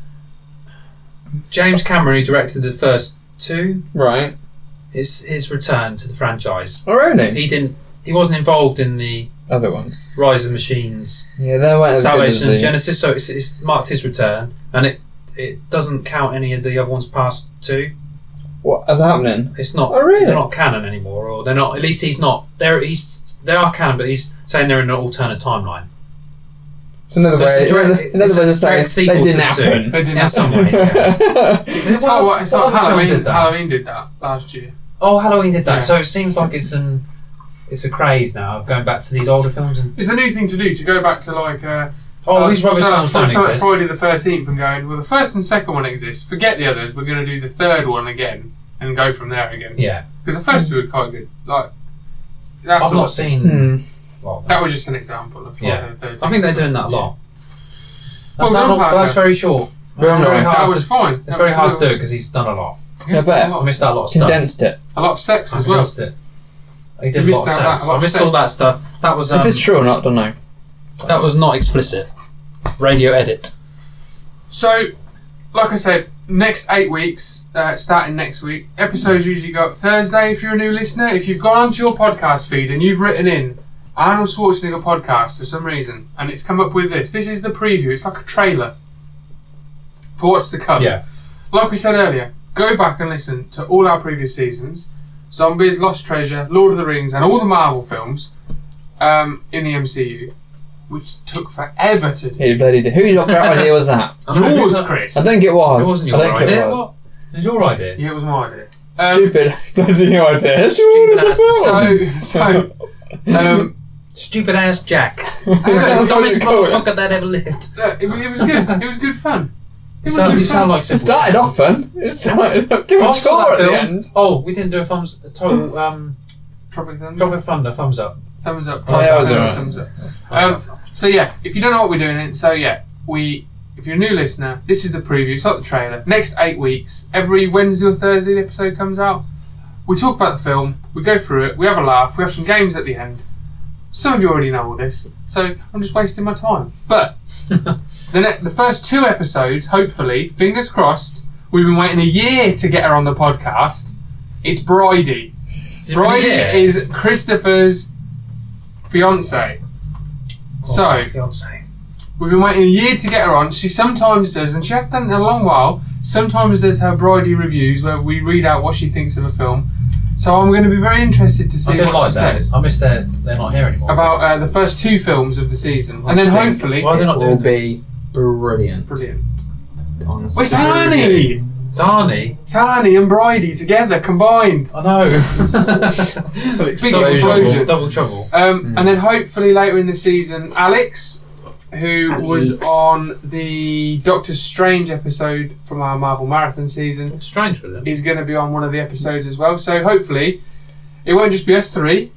Speaker 3: James Cameron who directed the first two.
Speaker 2: Right.
Speaker 3: It's his return to the franchise.
Speaker 2: Oh, really?
Speaker 3: He didn't. He wasn't involved in the
Speaker 2: Other ones.
Speaker 3: Rise of the Machines,
Speaker 2: Yeah, they weren't as good as
Speaker 3: Salvation
Speaker 2: the...
Speaker 3: and Genesis. So it's, it's marked his return, and it it doesn't count any of the other ones past two.
Speaker 2: what, as happening?
Speaker 3: It's not.
Speaker 2: Oh, really?
Speaker 3: They're not canon anymore, or they're not. At least he's not. They're he's they are canon, but he's saying they're in an alternate timeline.
Speaker 2: So another
Speaker 3: So
Speaker 2: way,
Speaker 3: it's a direct-
Speaker 2: another, another
Speaker 3: it's
Speaker 2: way
Speaker 3: a
Speaker 2: of saying
Speaker 3: direct sequel
Speaker 2: they didn't
Speaker 3: to the
Speaker 2: happen.
Speaker 3: *laughs*
Speaker 1: They didn't
Speaker 3: In
Speaker 1: have
Speaker 3: some ways.
Speaker 2: *laughs*
Speaker 3: Yeah. *laughs*
Speaker 1: It's like, what, it's like
Speaker 3: other film
Speaker 1: Halloween.
Speaker 3: did that?
Speaker 1: Halloween did that last year.
Speaker 3: Oh, Halloween did that.
Speaker 1: Yeah.
Speaker 3: So it seems like it's an it's a craze now of going back to these older films and
Speaker 1: It's a new thing to do to go back to like. Uh,
Speaker 3: oh,
Speaker 1: like
Speaker 3: these rubbish
Speaker 1: so-
Speaker 3: films don't
Speaker 1: so like
Speaker 3: exist.
Speaker 1: Friday the Thirteenth and going well. The first and second one exist. Forget the others. We're going to do the third one again and go from there again.
Speaker 3: Yeah,
Speaker 1: Because the first two are quite good. Like that's
Speaker 3: I've
Speaker 1: all-
Speaker 3: not seen.
Speaker 2: Hmm.
Speaker 3: Well,
Speaker 1: that was just an example of Friday
Speaker 3: Yeah.
Speaker 1: the Thirteenth.
Speaker 3: I think they're doing that a lot.
Speaker 1: Well,
Speaker 3: That's, not,
Speaker 1: Vampire-
Speaker 3: that's very short.
Speaker 2: Very
Speaker 3: That's
Speaker 2: nice.
Speaker 3: very
Speaker 1: that
Speaker 3: hard.
Speaker 1: was
Speaker 3: To,
Speaker 1: fine.
Speaker 3: it's
Speaker 1: That
Speaker 3: very
Speaker 1: was
Speaker 3: hard to do
Speaker 1: a-
Speaker 3: because he's done a lot.
Speaker 1: he has
Speaker 2: I bet.
Speaker 1: done a
Speaker 3: I
Speaker 1: lot.
Speaker 3: missed out a lot of stuff.
Speaker 2: Condensed it.
Speaker 1: A lot of sex as
Speaker 3: I
Speaker 1: well.
Speaker 3: missed it. I did
Speaker 1: You
Speaker 3: a lot of
Speaker 1: missed out that-
Speaker 3: sex.
Speaker 1: a lot
Speaker 3: I
Speaker 1: of
Speaker 3: missed
Speaker 1: sex.
Speaker 3: all that stuff. That was um,
Speaker 2: if it's true or not, I don't know.
Speaker 4: That was not explicit. Radio edit.
Speaker 1: So, like I said, next eight weeks, uh, starting next week, episodes usually go up Thursday if you're a new listener. If you've gone onto your podcast feed and you've written in Arnold Schwarzenegger podcast for some reason, and it's come up with this, this is the preview, it's like a trailer for what's to come.
Speaker 3: yeah.
Speaker 1: Like we said earlier, go back and listen to all our previous seasons Zombies, Lost Treasure, Lord of the Rings, and all the Marvel films um, in the MCU, which took forever to do.
Speaker 2: Who bloody did? Whose great idea was that?
Speaker 1: Yours,
Speaker 3: It
Speaker 1: Chris.
Speaker 2: *laughs* I think it was.
Speaker 3: wasn't
Speaker 2: I
Speaker 3: your
Speaker 2: think
Speaker 3: idea.
Speaker 2: it was.
Speaker 3: What? It was your idea.
Speaker 1: Yeah, it was my idea.
Speaker 2: Stupid *laughs* bloody new idea.
Speaker 3: *laughs* Stupid ass
Speaker 1: So,
Speaker 3: decision. *laughs*
Speaker 1: so um,
Speaker 3: Stupid ass *laughs* Jack.
Speaker 2: That was what
Speaker 3: Dumbest
Speaker 2: you call it.
Speaker 3: motherfucker that ever lived.
Speaker 1: *laughs* look, it, was- it was good. It was good fun. It
Speaker 3: You
Speaker 1: was
Speaker 3: sound,
Speaker 1: good
Speaker 3: you sound
Speaker 1: fun.
Speaker 3: like
Speaker 2: It
Speaker 3: Sybil.
Speaker 2: started off fun. It started off. Give it a
Speaker 3: After
Speaker 2: score
Speaker 3: that
Speaker 2: at the
Speaker 3: film-
Speaker 2: end.
Speaker 3: Oh, we didn't do a thumbs a total um
Speaker 1: Drop it down.
Speaker 3: drop of thunder, thumbs up.
Speaker 1: Thumbs up.
Speaker 2: Oh, yeah, it was
Speaker 1: thumbs up,
Speaker 2: alright.
Speaker 1: thumbs up. Um, So yeah, if you don't know what we're doing, it so yeah, we. If you're a new listener, this is the preview. It's not the trailer. Next eight weeks, every Wednesday or Thursday, the episode comes out. We talk about the film. We go through it. We have a laugh. We have some games at the end. Some of you already know all this, so I'm just wasting my time.
Speaker 2: *laughs*
Speaker 1: But the ne- the first two episodes, hopefully, fingers crossed. We've been waiting a year to get her on the podcast. It's Bridie. Bridie
Speaker 3: Yeah.
Speaker 1: is Christopher's fiance.
Speaker 3: Oh,
Speaker 1: So
Speaker 3: fiance.
Speaker 1: we've been waiting a year to get her on. She sometimes does, and she has done it in a long while. Sometimes there's her Bridie reviews where we read out what she thinks of a film. So I'm going to be very interested to
Speaker 3: I
Speaker 1: see
Speaker 3: didn't
Speaker 1: what
Speaker 3: like
Speaker 1: she
Speaker 3: that.
Speaker 1: says
Speaker 3: I miss that they're not here anymore.
Speaker 1: about uh, the first two films of the season, and then
Speaker 2: I think
Speaker 1: hopefully,
Speaker 3: Why are they not
Speaker 2: it
Speaker 3: doing
Speaker 2: will
Speaker 3: that?
Speaker 2: be brilliant.
Speaker 1: brilliant.
Speaker 2: Honestly,
Speaker 1: Well, it's Arnie,
Speaker 3: Zani.
Speaker 1: it's Arnie and Bridie together combined.
Speaker 3: I know. *laughs*
Speaker 1: Big explosion.
Speaker 3: Double trouble.
Speaker 1: Um, And then hopefully later in the season, Alex, who was
Speaker 2: Alex.
Speaker 1: on the Doctor Strange episode from our Marvel Marathon season,
Speaker 3: What's strange with them?
Speaker 1: is going to be on one of the episodes as well. So hopefully, it won't just be us three,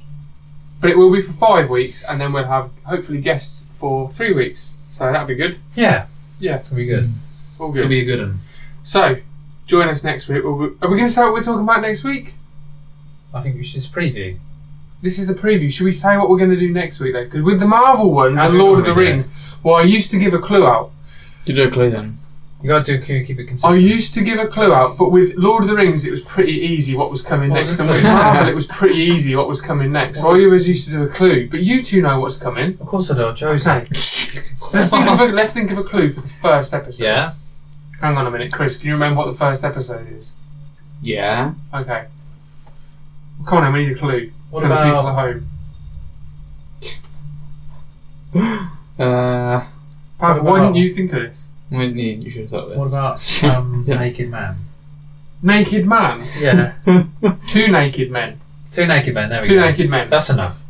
Speaker 1: but it will be for five weeks, and then we'll have hopefully guests for three weeks. So that'll be good.
Speaker 3: Yeah.
Speaker 1: Yeah.
Speaker 3: It'll be good.
Speaker 1: All
Speaker 3: It'll
Speaker 1: good.
Speaker 3: be a good one.
Speaker 1: so join us next week. We'll be- Are we going to say what we're talking about next week?
Speaker 3: I think we should just preview.
Speaker 1: This is the preview. Should we say what we're going to do next week though? Because with the Marvel ones
Speaker 3: How
Speaker 1: and
Speaker 3: do we
Speaker 1: Lord of the
Speaker 3: normally do it?
Speaker 1: Rings, well, I used to give a clue out.
Speaker 2: Did you do a clue then?
Speaker 3: You gotta do keep it consistent.
Speaker 1: I used to give a clue out, but with Lord of the Rings, it was pretty easy what was coming
Speaker 3: What
Speaker 1: next.
Speaker 3: was
Speaker 1: And
Speaker 3: it?
Speaker 1: with Marvel, it was pretty easy what was coming next. So I always used to do a clue. But you two know what's coming.
Speaker 3: Of course I do, I chose
Speaker 1: Okay.
Speaker 3: it.
Speaker 1: Let's think of a, let's think of a clue for the first episode.
Speaker 3: Yeah.
Speaker 1: Hang on a minute, Chris. Can you remember what the first episode is?
Speaker 2: *laughs* Yeah.
Speaker 1: Okay. Well, come on, then, we need a clue
Speaker 3: What
Speaker 1: for the people
Speaker 3: about
Speaker 1: at home.
Speaker 2: Uh,
Speaker 1: Pavel,
Speaker 3: what
Speaker 1: why
Speaker 3: about-
Speaker 1: didn't you think of this?
Speaker 2: we need, you should have thought of
Speaker 3: what
Speaker 2: this.
Speaker 3: *laughs* about um,
Speaker 2: Yeah.
Speaker 3: naked man?
Speaker 1: Naked man.
Speaker 3: Yeah.
Speaker 1: Two naked men.
Speaker 3: Two naked men, there we
Speaker 1: Two
Speaker 3: go.
Speaker 1: naked men.
Speaker 3: That's enough.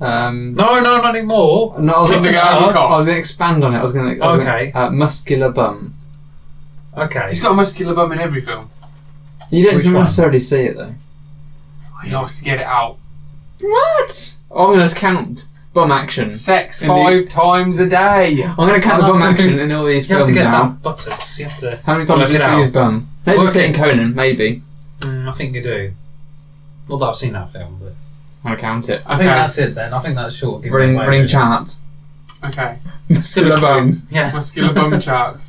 Speaker 2: Um,
Speaker 3: No, no, not anymore.
Speaker 2: no, I was,
Speaker 1: Just
Speaker 2: gonna,
Speaker 1: a guy with a
Speaker 2: I
Speaker 1: cock.
Speaker 2: was gonna expand on it. I was gonna. I was gonna-
Speaker 3: Okay.
Speaker 2: uh, muscular bum.
Speaker 3: Okay.
Speaker 1: He's got a muscular bum in every film.
Speaker 2: You don't
Speaker 3: Which one?
Speaker 2: necessarily see it though.
Speaker 1: He likes to get it out.
Speaker 2: What? I'm gonna count bum action.
Speaker 1: Sex
Speaker 2: In the-
Speaker 1: five times a day.
Speaker 2: I'm gonna count the bum action in all these
Speaker 3: You have
Speaker 2: films
Speaker 3: to get
Speaker 2: now.
Speaker 3: down buttocks. You have to.
Speaker 2: How many times
Speaker 3: Work
Speaker 2: have you
Speaker 3: it
Speaker 2: seen
Speaker 3: out.
Speaker 2: his bum? Maybe
Speaker 3: Work
Speaker 2: it's it in
Speaker 3: it.
Speaker 2: Conan. Maybe.
Speaker 3: Mm, I think you do. Although I've seen that film, but
Speaker 2: I'll count it.
Speaker 3: I think
Speaker 1: Okay.
Speaker 3: that's it. Then I think that's short. Give
Speaker 2: Ring,
Speaker 3: away,
Speaker 2: ring
Speaker 3: really. *laughs*
Speaker 2: chart.
Speaker 1: Okay.
Speaker 2: Muscular bum.
Speaker 3: Yeah.
Speaker 1: Muscular bum chart.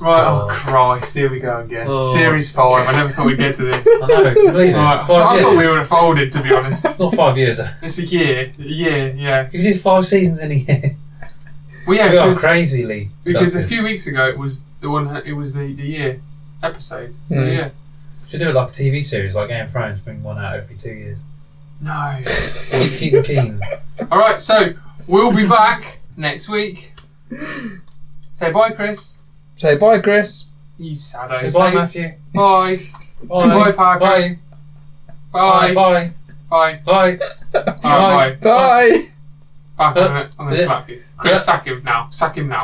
Speaker 1: Right, oh
Speaker 3: God.
Speaker 1: Christ, here we go again.
Speaker 3: Oh.
Speaker 1: Series 5, I never thought we'd get to this.
Speaker 3: I know. Can you *laughs* believe it?
Speaker 1: Right, I
Speaker 3: Five
Speaker 1: thought I
Speaker 3: years.
Speaker 1: thought we would have folded, to be honest.
Speaker 3: It's Not five years. If
Speaker 1: It's a year, a year, yeah.
Speaker 3: you do five seasons in a *laughs* year,
Speaker 1: Well, yeah,
Speaker 3: we are
Speaker 1: because,
Speaker 3: crazily.
Speaker 1: because a
Speaker 3: productive.
Speaker 1: few weeks ago it was the one, it was the, the year episode. So
Speaker 2: Hmm.
Speaker 1: yeah,
Speaker 3: should do it like a TV series, like Game of Thrones, bring one out every two *laughs* years.
Speaker 1: no.
Speaker 3: Keep, keep them keen.
Speaker 1: All right, so we'll be back next week. Say bye, Chris.
Speaker 2: Say bye, Chris.
Speaker 1: You saddo.
Speaker 3: So bye,
Speaker 1: Say
Speaker 3: Matthew.
Speaker 1: bye. Bye, Parker.
Speaker 3: Bye.
Speaker 1: Bye. Bye.
Speaker 3: Bye.
Speaker 1: Bye.
Speaker 3: Bye. Uh,
Speaker 1: Alright, bye.
Speaker 2: Bye.
Speaker 1: Bye. I'm gonna, I'm gonna slap you. Chris, sack him now. Sack him now.